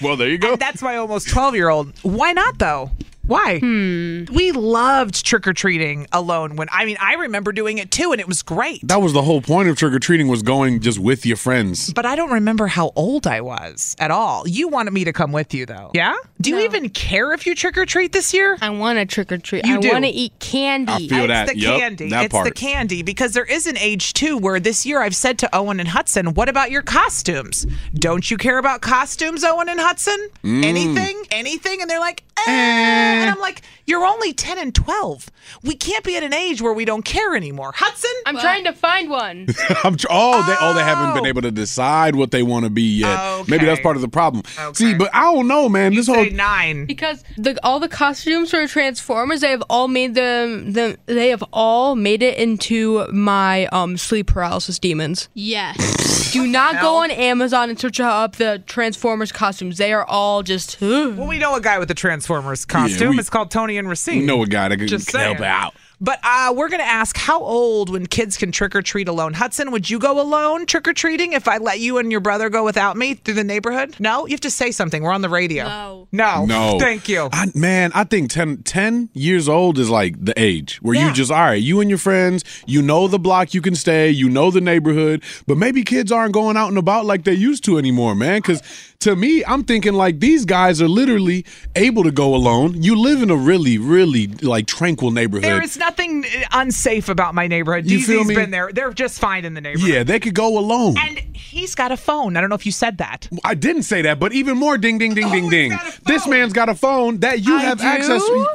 Speaker 2: well, there you go.
Speaker 1: that's my almost 12 year old. Why not, though? Why? We loved trick or treating alone when I mean, I remember doing it too, and it was great.
Speaker 2: That was the whole point of trick or treating was going just with your friends.
Speaker 1: But I don't remember how old I was at all. You wanted me to come with you, though. Yeah? Do you even care if you trick or treat this year? I want to trick or treat.
Speaker 3: I wanna eat candy. I feel
Speaker 1: it's
Speaker 3: that.
Speaker 1: the
Speaker 3: Yup,
Speaker 1: candy.
Speaker 3: that
Speaker 1: it's the
Speaker 3: part.
Speaker 1: candy because there is an age too where this year I've said to Owen and Hudson, "What about your costumes? Don't you care about costumes, Owen and Hudson?
Speaker 15: Mm.
Speaker 1: Anything, anything?" And they're like, eh. "And I'm like, you're only ten and twelve. We can't be at an age where we don't care anymore." Hudson,
Speaker 3: I'm trying to find one.
Speaker 2: I'm tr- oh, they oh they haven't been able to decide what they want to be yet.
Speaker 1: Oh,
Speaker 2: Maybe that's
Speaker 3: Okay.
Speaker 2: part of the problem. See, but I don't know, man. this whole
Speaker 1: nine
Speaker 3: because the all the costumes for Transformers, they have all made them. The, they have all made it into my um sleep paralysis demons.
Speaker 10: Yes.
Speaker 3: Do not
Speaker 10: Hell.
Speaker 3: go on Amazon and search up the Transformers costumes. They are all just. Well,
Speaker 1: we know a guy with a Transformers costume.
Speaker 2: we-
Speaker 1: it's called Tony and Racine.
Speaker 2: you know a guy that could
Speaker 1: Just
Speaker 2: help
Speaker 1: saying.
Speaker 2: out.
Speaker 1: But uh, we're going to ask how old when kids can trick or treat alone. Hudson, would you go alone trick or treating if I let you and your brother go without me through the neighborhood? No, you have to say something. We're on the radio. No. No.
Speaker 2: No.
Speaker 1: Thank you.
Speaker 2: I, man, I think 10, 10 years old is like the age where you just, all right, you and your friends, you know the block you can stay, you know the neighborhood, but maybe kids aren't going out and about like they used to anymore, man. Because to me, I'm thinking like these guys are literally able to go alone. You live in a really, really like tranquil neighborhood.
Speaker 1: There is nothing uh, unsafe about my neighborhood.
Speaker 2: You
Speaker 1: DZ's
Speaker 2: feel me?
Speaker 1: been there. They're just fine in the neighborhood.
Speaker 2: yeah, they could go alone.
Speaker 1: He's got a phone. I don't know if you said that. Oh,
Speaker 2: I didn't say that, but even more ding, ding, ding, ding, ding. This man's got a phone that you
Speaker 1: I
Speaker 2: have access.
Speaker 1: do?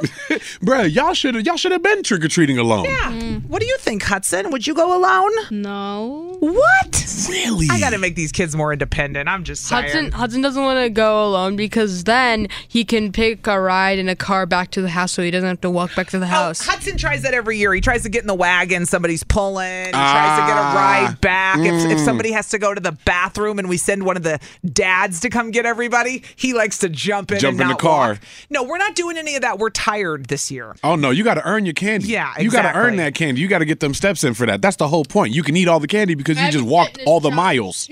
Speaker 2: Bruh, y'all should y'all should have been trick or treating alone.
Speaker 1: Yeah. What do you think, Hudson? Would you go alone? Mm. No. What?
Speaker 2: Really?
Speaker 1: I got to make these kids more independent. I'm just saying.
Speaker 3: Hudson Hudson doesn't want to go alone because then he can pick a ride in a car back to the house, so he doesn't have to walk back to the house.
Speaker 1: Hudson tries that every year. He tries to get in the wagon. Somebody's pulling. He tries to get
Speaker 2: Ah,
Speaker 1: a ride back. If, if
Speaker 3: Mm.
Speaker 1: somebody has to go to the bathroom and we send one of the dads to come get everybody, he likes to jump in.
Speaker 2: Jump
Speaker 1: and
Speaker 2: in the
Speaker 1: not
Speaker 2: car.
Speaker 1: walk. No, we're not doing any of that. We're tired this year.
Speaker 2: Oh no, you got to earn your candy.
Speaker 1: Yeah,
Speaker 2: You got to
Speaker 1: exactly.
Speaker 2: earn that candy. You got to get them steps in for that. That's the whole point. You can eat all the candy because you just walked all the miles.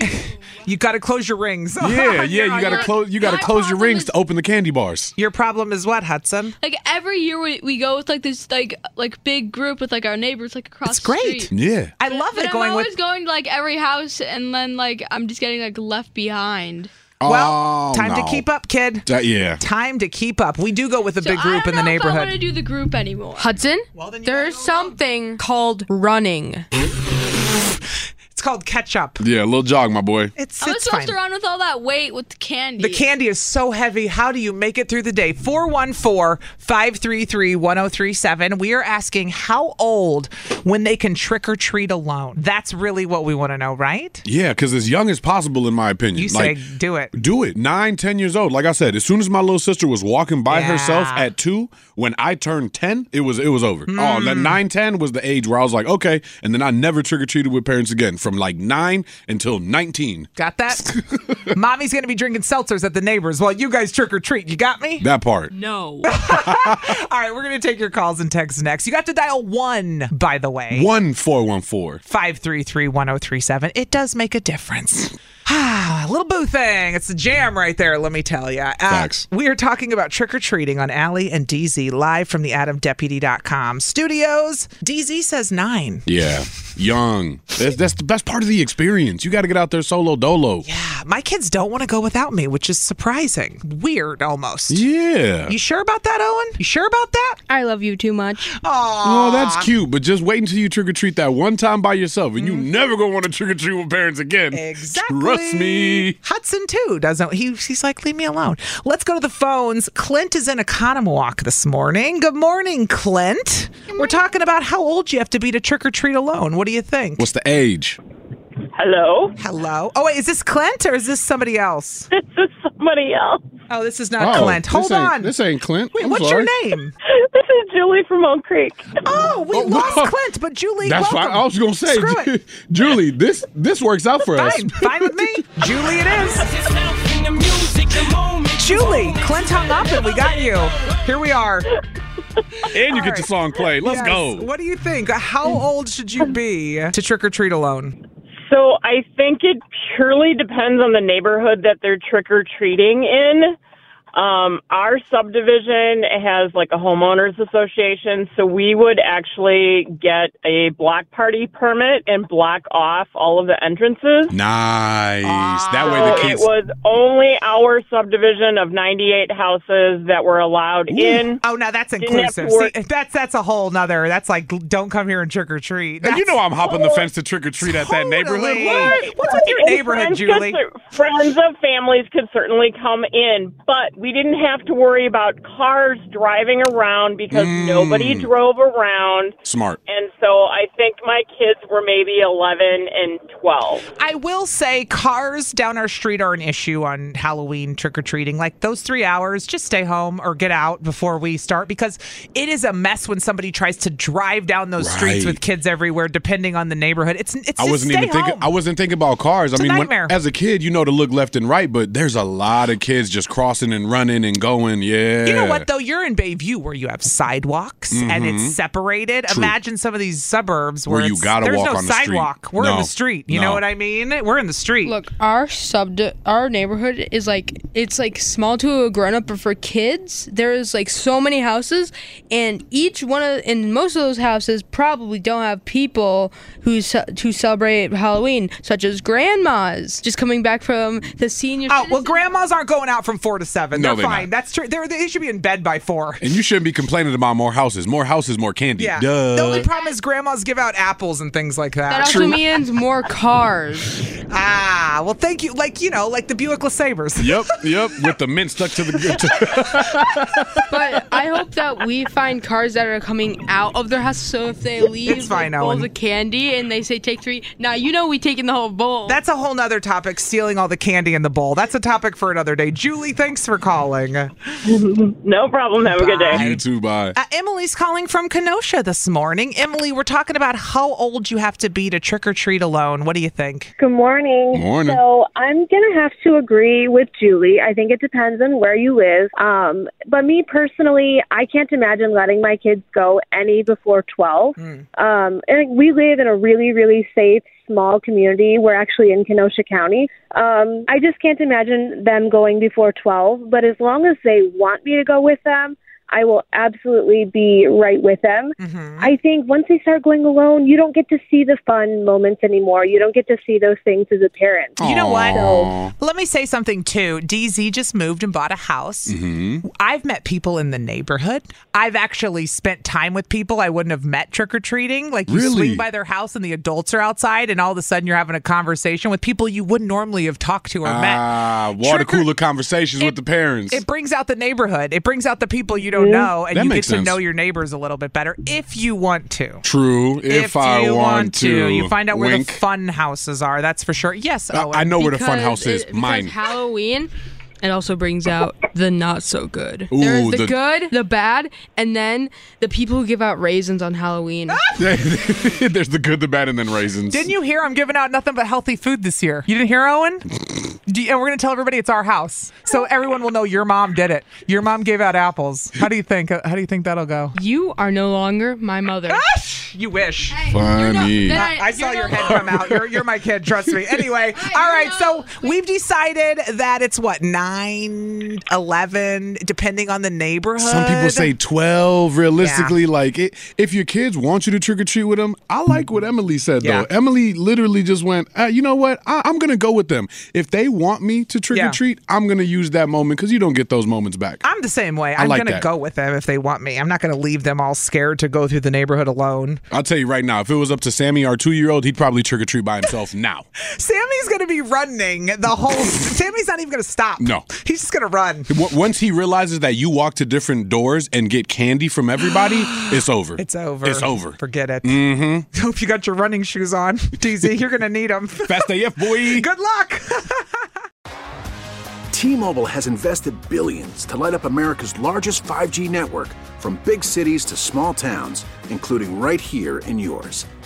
Speaker 1: You got to close your rings.
Speaker 2: yeah, yeah. You got to close. You got to close your rings to open the candy bars.
Speaker 1: Your problem is what, Hudson?
Speaker 10: Like every year we, we go with like this like like big group with like our neighbors like across the street.
Speaker 2: Yeah.
Speaker 1: I love
Speaker 10: But
Speaker 1: it going
Speaker 10: I'm always
Speaker 1: with.
Speaker 10: going to like every house, and then like I'm just getting like left behind.
Speaker 1: Well,
Speaker 2: Oh,
Speaker 1: time
Speaker 2: no.
Speaker 1: to keep up, kid.
Speaker 2: Uh, yeah.
Speaker 1: Time to keep up. We do go with a big group in the
Speaker 10: I don't want
Speaker 1: neighborhood.
Speaker 10: to do the group anymore.
Speaker 3: Hudson, there's something called running.
Speaker 1: It's called catch up.
Speaker 2: Yeah, a little jog, my boy.
Speaker 1: It's
Speaker 10: I was
Speaker 1: it's
Speaker 10: supposed
Speaker 1: fine.
Speaker 10: to run with all that weight with the candy.
Speaker 1: The candy is so heavy. How do you make it through the day? 414 533 1037. We are asking how old when they can trick or treat alone. That's really what we want to know, right?
Speaker 2: Yeah, because as young as possible, in my opinion.
Speaker 1: You
Speaker 2: like,
Speaker 1: say do it.
Speaker 2: Do it. Nine, ten years old. Like I said, as soon as my little sister was walking by
Speaker 1: Yeah.
Speaker 2: herself at two, when I turned ten, it was it was over.
Speaker 1: Hmm.
Speaker 2: Oh, that nine, ten was the age where I was like, okay. And then I never trick or treated with parents again from like nine until nineteen.
Speaker 1: Got that? Mommy's going to be drinking seltzers at the neighbors while you guys trick or treat. You got me?
Speaker 2: That part.
Speaker 3: No.
Speaker 1: All right, we're going to take your calls and texts next. You got to dial one, by the way.
Speaker 2: One four one four.
Speaker 1: 533 1037. It does make a difference. Ah, little boo thing. It's a jam right there, let me tell you. Thanks. we are talking about trick or treating on Allie and DZ live from the AdamDeputy.com studios. DZ says nine.
Speaker 2: Yeah. Young. That's, that's the best part of the experience. You got to get out there solo dolo.
Speaker 1: Yeah. My kids don't want to go without me, which is surprising. Weird almost.
Speaker 2: Yeah.
Speaker 1: You sure about that, Owen? You sure about that?
Speaker 3: I love you too much.
Speaker 2: Oh, that's cute, but just wait until you trick or treat that one time by yourself, and
Speaker 1: Mm-hmm.
Speaker 2: you never gonna want to trick or treat with parents again. Exactly. Trust me.
Speaker 1: Hudson too doesn't he he's like leave me alone. Let's go to the phones. Clint is in Economwalk this morning. Good morning, Clint. We're talking about how old you have to be to trick or treat alone. What do you think?
Speaker 2: What's the age?
Speaker 15: Hello?
Speaker 1: Hello? Oh, wait, is this Clint or is this somebody else?
Speaker 15: This is somebody else.
Speaker 1: Oh, this is not Clint. Hold
Speaker 2: this ain't-
Speaker 1: on.
Speaker 2: This ain't Clint.
Speaker 1: Wait,
Speaker 2: I'm
Speaker 1: what's
Speaker 2: sorry.
Speaker 1: your name?
Speaker 15: this is Julie from Oak Creek.
Speaker 1: Oh, we lost Clint, but Julie,
Speaker 2: That's
Speaker 1: welcome.
Speaker 2: why I was gonna say,
Speaker 1: Screw it.
Speaker 2: Julie. This this works out for us.
Speaker 1: Fine, fine with me. Julie, it is. Julie, Clint hung up and we got you. Here we are.
Speaker 2: And you get your song played. Let's
Speaker 1: Yes.
Speaker 2: go.
Speaker 1: What do you think? How old should you be to trick or treat alone?
Speaker 15: So I think it purely depends on the neighborhood that they're trick or treating in. Um, our subdivision has like a homeowners association, so we would actually get a block party permit and block off all of the entrances.
Speaker 2: Nice. that way
Speaker 15: So
Speaker 2: the kids.
Speaker 15: It was only our subdivision of 98 houses that were allowed in.
Speaker 1: Oh, now that's
Speaker 15: Didn't have to
Speaker 1: inclusive.
Speaker 15: worry-
Speaker 1: See, that's that's a whole nother. That's like don't come here and trick or treat.
Speaker 2: And you know I'm hopping the fence to trick or treat at that neighborhood.
Speaker 1: Totally.
Speaker 2: What?
Speaker 1: What's with your
Speaker 15: And
Speaker 1: neighborhood,
Speaker 15: friends could
Speaker 1: Julie?
Speaker 15: cer- friends of families could certainly come in, but we didn't have to worry about cars driving around because
Speaker 1: Hmm.
Speaker 15: nobody drove around.
Speaker 2: Smart.
Speaker 15: And so I think my kids were maybe 11 and 12.
Speaker 1: I will say cars down our street are an issue on Halloween trick or treating. Like those three hours, just stay home or get out before we start because it is a mess when somebody tries to drive down those streets
Speaker 2: Right.
Speaker 1: with kids everywhere, depending on the neighborhood. It's it's
Speaker 2: I
Speaker 1: just
Speaker 2: wasn't
Speaker 1: stay
Speaker 2: even thinking.
Speaker 1: home.
Speaker 2: I wasn't thinking about cars.
Speaker 1: It's a
Speaker 2: I mean, when-
Speaker 1: nightmare.
Speaker 2: as a kid, you know to look left and right, but there's a lot of kids just crossing and running and going. Yeah.
Speaker 1: You know what though? You're in Bayview where you have sidewalks and
Speaker 2: Mhm.
Speaker 1: it's separated.
Speaker 2: True.
Speaker 1: Imagine some of these suburbs
Speaker 2: Where
Speaker 1: where,
Speaker 2: you
Speaker 1: it's-
Speaker 2: gotta
Speaker 1: there's
Speaker 2: walk
Speaker 1: no
Speaker 2: on the street.
Speaker 1: sidewalk. We're in
Speaker 2: No.
Speaker 1: the street. You
Speaker 2: No.
Speaker 1: know what I mean? We're in the street.
Speaker 3: Look, our sub our neighborhood is like it's like small to a grown up, but for kids, there's like so many houses, and each one of and most of those houses probably don't have people who ce- who celebrate Halloween, such as grandmas just coming back from the senior.
Speaker 1: Oh well, grandmas aren't going out from four to seven.
Speaker 2: No,
Speaker 1: They're,
Speaker 2: they're
Speaker 1: fine.
Speaker 2: not.
Speaker 1: That's true. They're, they should be in bed by four.
Speaker 2: And you shouldn't be complaining about more houses. More houses, more candy.
Speaker 1: Yeah.
Speaker 2: Duh.
Speaker 1: The only problem is grandmas give out apples and things like that.
Speaker 3: That also means more cars.
Speaker 1: ah, well, thank you. Like you know, like the Buick LeSabres.
Speaker 2: Yep, yep. With the mint stuck to the. To,
Speaker 3: but I hope that we find cars that are coming out of their house. So if they leave
Speaker 1: It's fine,
Speaker 3: like, bowls
Speaker 1: Owen.
Speaker 3: of candy and they say take three, now you know we taking the whole bowl.
Speaker 1: That's a whole nother topic. Stealing all the candy in the bowl. That's a topic for another day. Julie, thanks for calling. Uh,
Speaker 15: No problem. Have a good day.
Speaker 2: you too. Bye.
Speaker 1: Emily's calling from Kenosha this morning. Emily, we're talking about how old you have to be to trick or treat alone. What do you think?
Speaker 16: Good morning.
Speaker 1: Morning.
Speaker 16: So I'm gonna have to agree with Julie. I think it depends on where you live. Um, but me personally, I can't imagine letting my kids go any before twelve. Um, and we live in a really, really safe, small community. We're actually in Kenosha County. Um, I just can't imagine them going before twelve. But as long as they want me to go with them. I will absolutely be right with them.
Speaker 1: Mm-hmm.
Speaker 16: I think once they start going alone, you don't get to see the fun moments anymore. You don't get to see those things as a parent.
Speaker 1: You know what?
Speaker 16: So,
Speaker 1: Let me say something too. DZ just moved and bought a house.
Speaker 2: Mm-hmm.
Speaker 1: I've met people in the neighborhood. I've actually spent time with people I wouldn't have met trick or treating. Like you
Speaker 2: Really?
Speaker 1: swing by their house and the adults are outside, and all of a sudden you're having a conversation with people you wouldn't normally have talked to or met.
Speaker 2: Ah, water cooler conversations with the parents.
Speaker 1: It brings out the neighborhood. It brings out the people you
Speaker 3: Mm-hmm.
Speaker 1: don't know, and
Speaker 2: That
Speaker 1: you get
Speaker 2: makes
Speaker 1: to
Speaker 2: sense.
Speaker 1: know your neighbors a little bit better if you want to.
Speaker 2: True. If, I
Speaker 1: you
Speaker 2: want, to,
Speaker 1: you find out where
Speaker 2: Wink.
Speaker 1: the fun houses are. That's for sure. Yes,
Speaker 2: I-
Speaker 1: Owen.
Speaker 2: I know where the fun house is.
Speaker 3: it- because
Speaker 2: Mine.
Speaker 3: Halloween. It also brings out the not so good. There's
Speaker 2: Ooh,
Speaker 3: the,
Speaker 2: the-
Speaker 3: good, the bad, and then the people who give out raisins on Halloween.
Speaker 2: Ah! There's the good, the bad, and then raisins.
Speaker 1: Didn't you hear I'm giving out nothing but healthy food this year? You didn't hear, Owen? Do you- and we're going to tell everybody it's our house. So everyone will know your mom did it. Your mom gave out apples. How do you think? How do you think that'll go?
Speaker 3: You are no longer my mother.
Speaker 2: Ah!
Speaker 1: You wish.
Speaker 2: Funny.
Speaker 3: then
Speaker 1: I, I saw your head come out. You're, you're my kid, trust me. Anyway, all right, so we've decided that it's what, 9, 11, depending on the neighborhood?
Speaker 2: Some people say 12. Realistically, like it, if your kids want you to trick or treat with them, I like what Emily said
Speaker 1: Yeah.
Speaker 2: though. Emily literally just went, uh, you know what? I, I'm gonna go with them. If they want me to trick
Speaker 1: Yeah.
Speaker 2: or treat, I'm gonna use that moment because you don't get those moments back.
Speaker 1: I'm the same way.
Speaker 2: I
Speaker 1: I'm
Speaker 2: like
Speaker 1: going to
Speaker 2: that.
Speaker 1: go with them if they want me. I'm not going to leave them all scared to go through the neighborhood alone.
Speaker 2: I'll tell you right now, if it was up to Sammy, our two year old, he'd probably trick or treat by himself now.
Speaker 1: Sammy's going to be running the whole. Sammy's not even going to stop.
Speaker 2: No, No.
Speaker 1: He's just gonna run.
Speaker 2: Once he realizes that you walk to different doors and get candy from everybody, it's over.
Speaker 1: It's over.
Speaker 2: It's over.
Speaker 1: Forget it.
Speaker 2: Mm-hmm.
Speaker 1: Hope you got your running shoes on, DZ. You're gonna need them. Fast
Speaker 2: AF, boy.
Speaker 1: Good luck.
Speaker 17: T-Mobile has invested billions to light up America's largest 5G network from big cities to small towns, including right here in yours.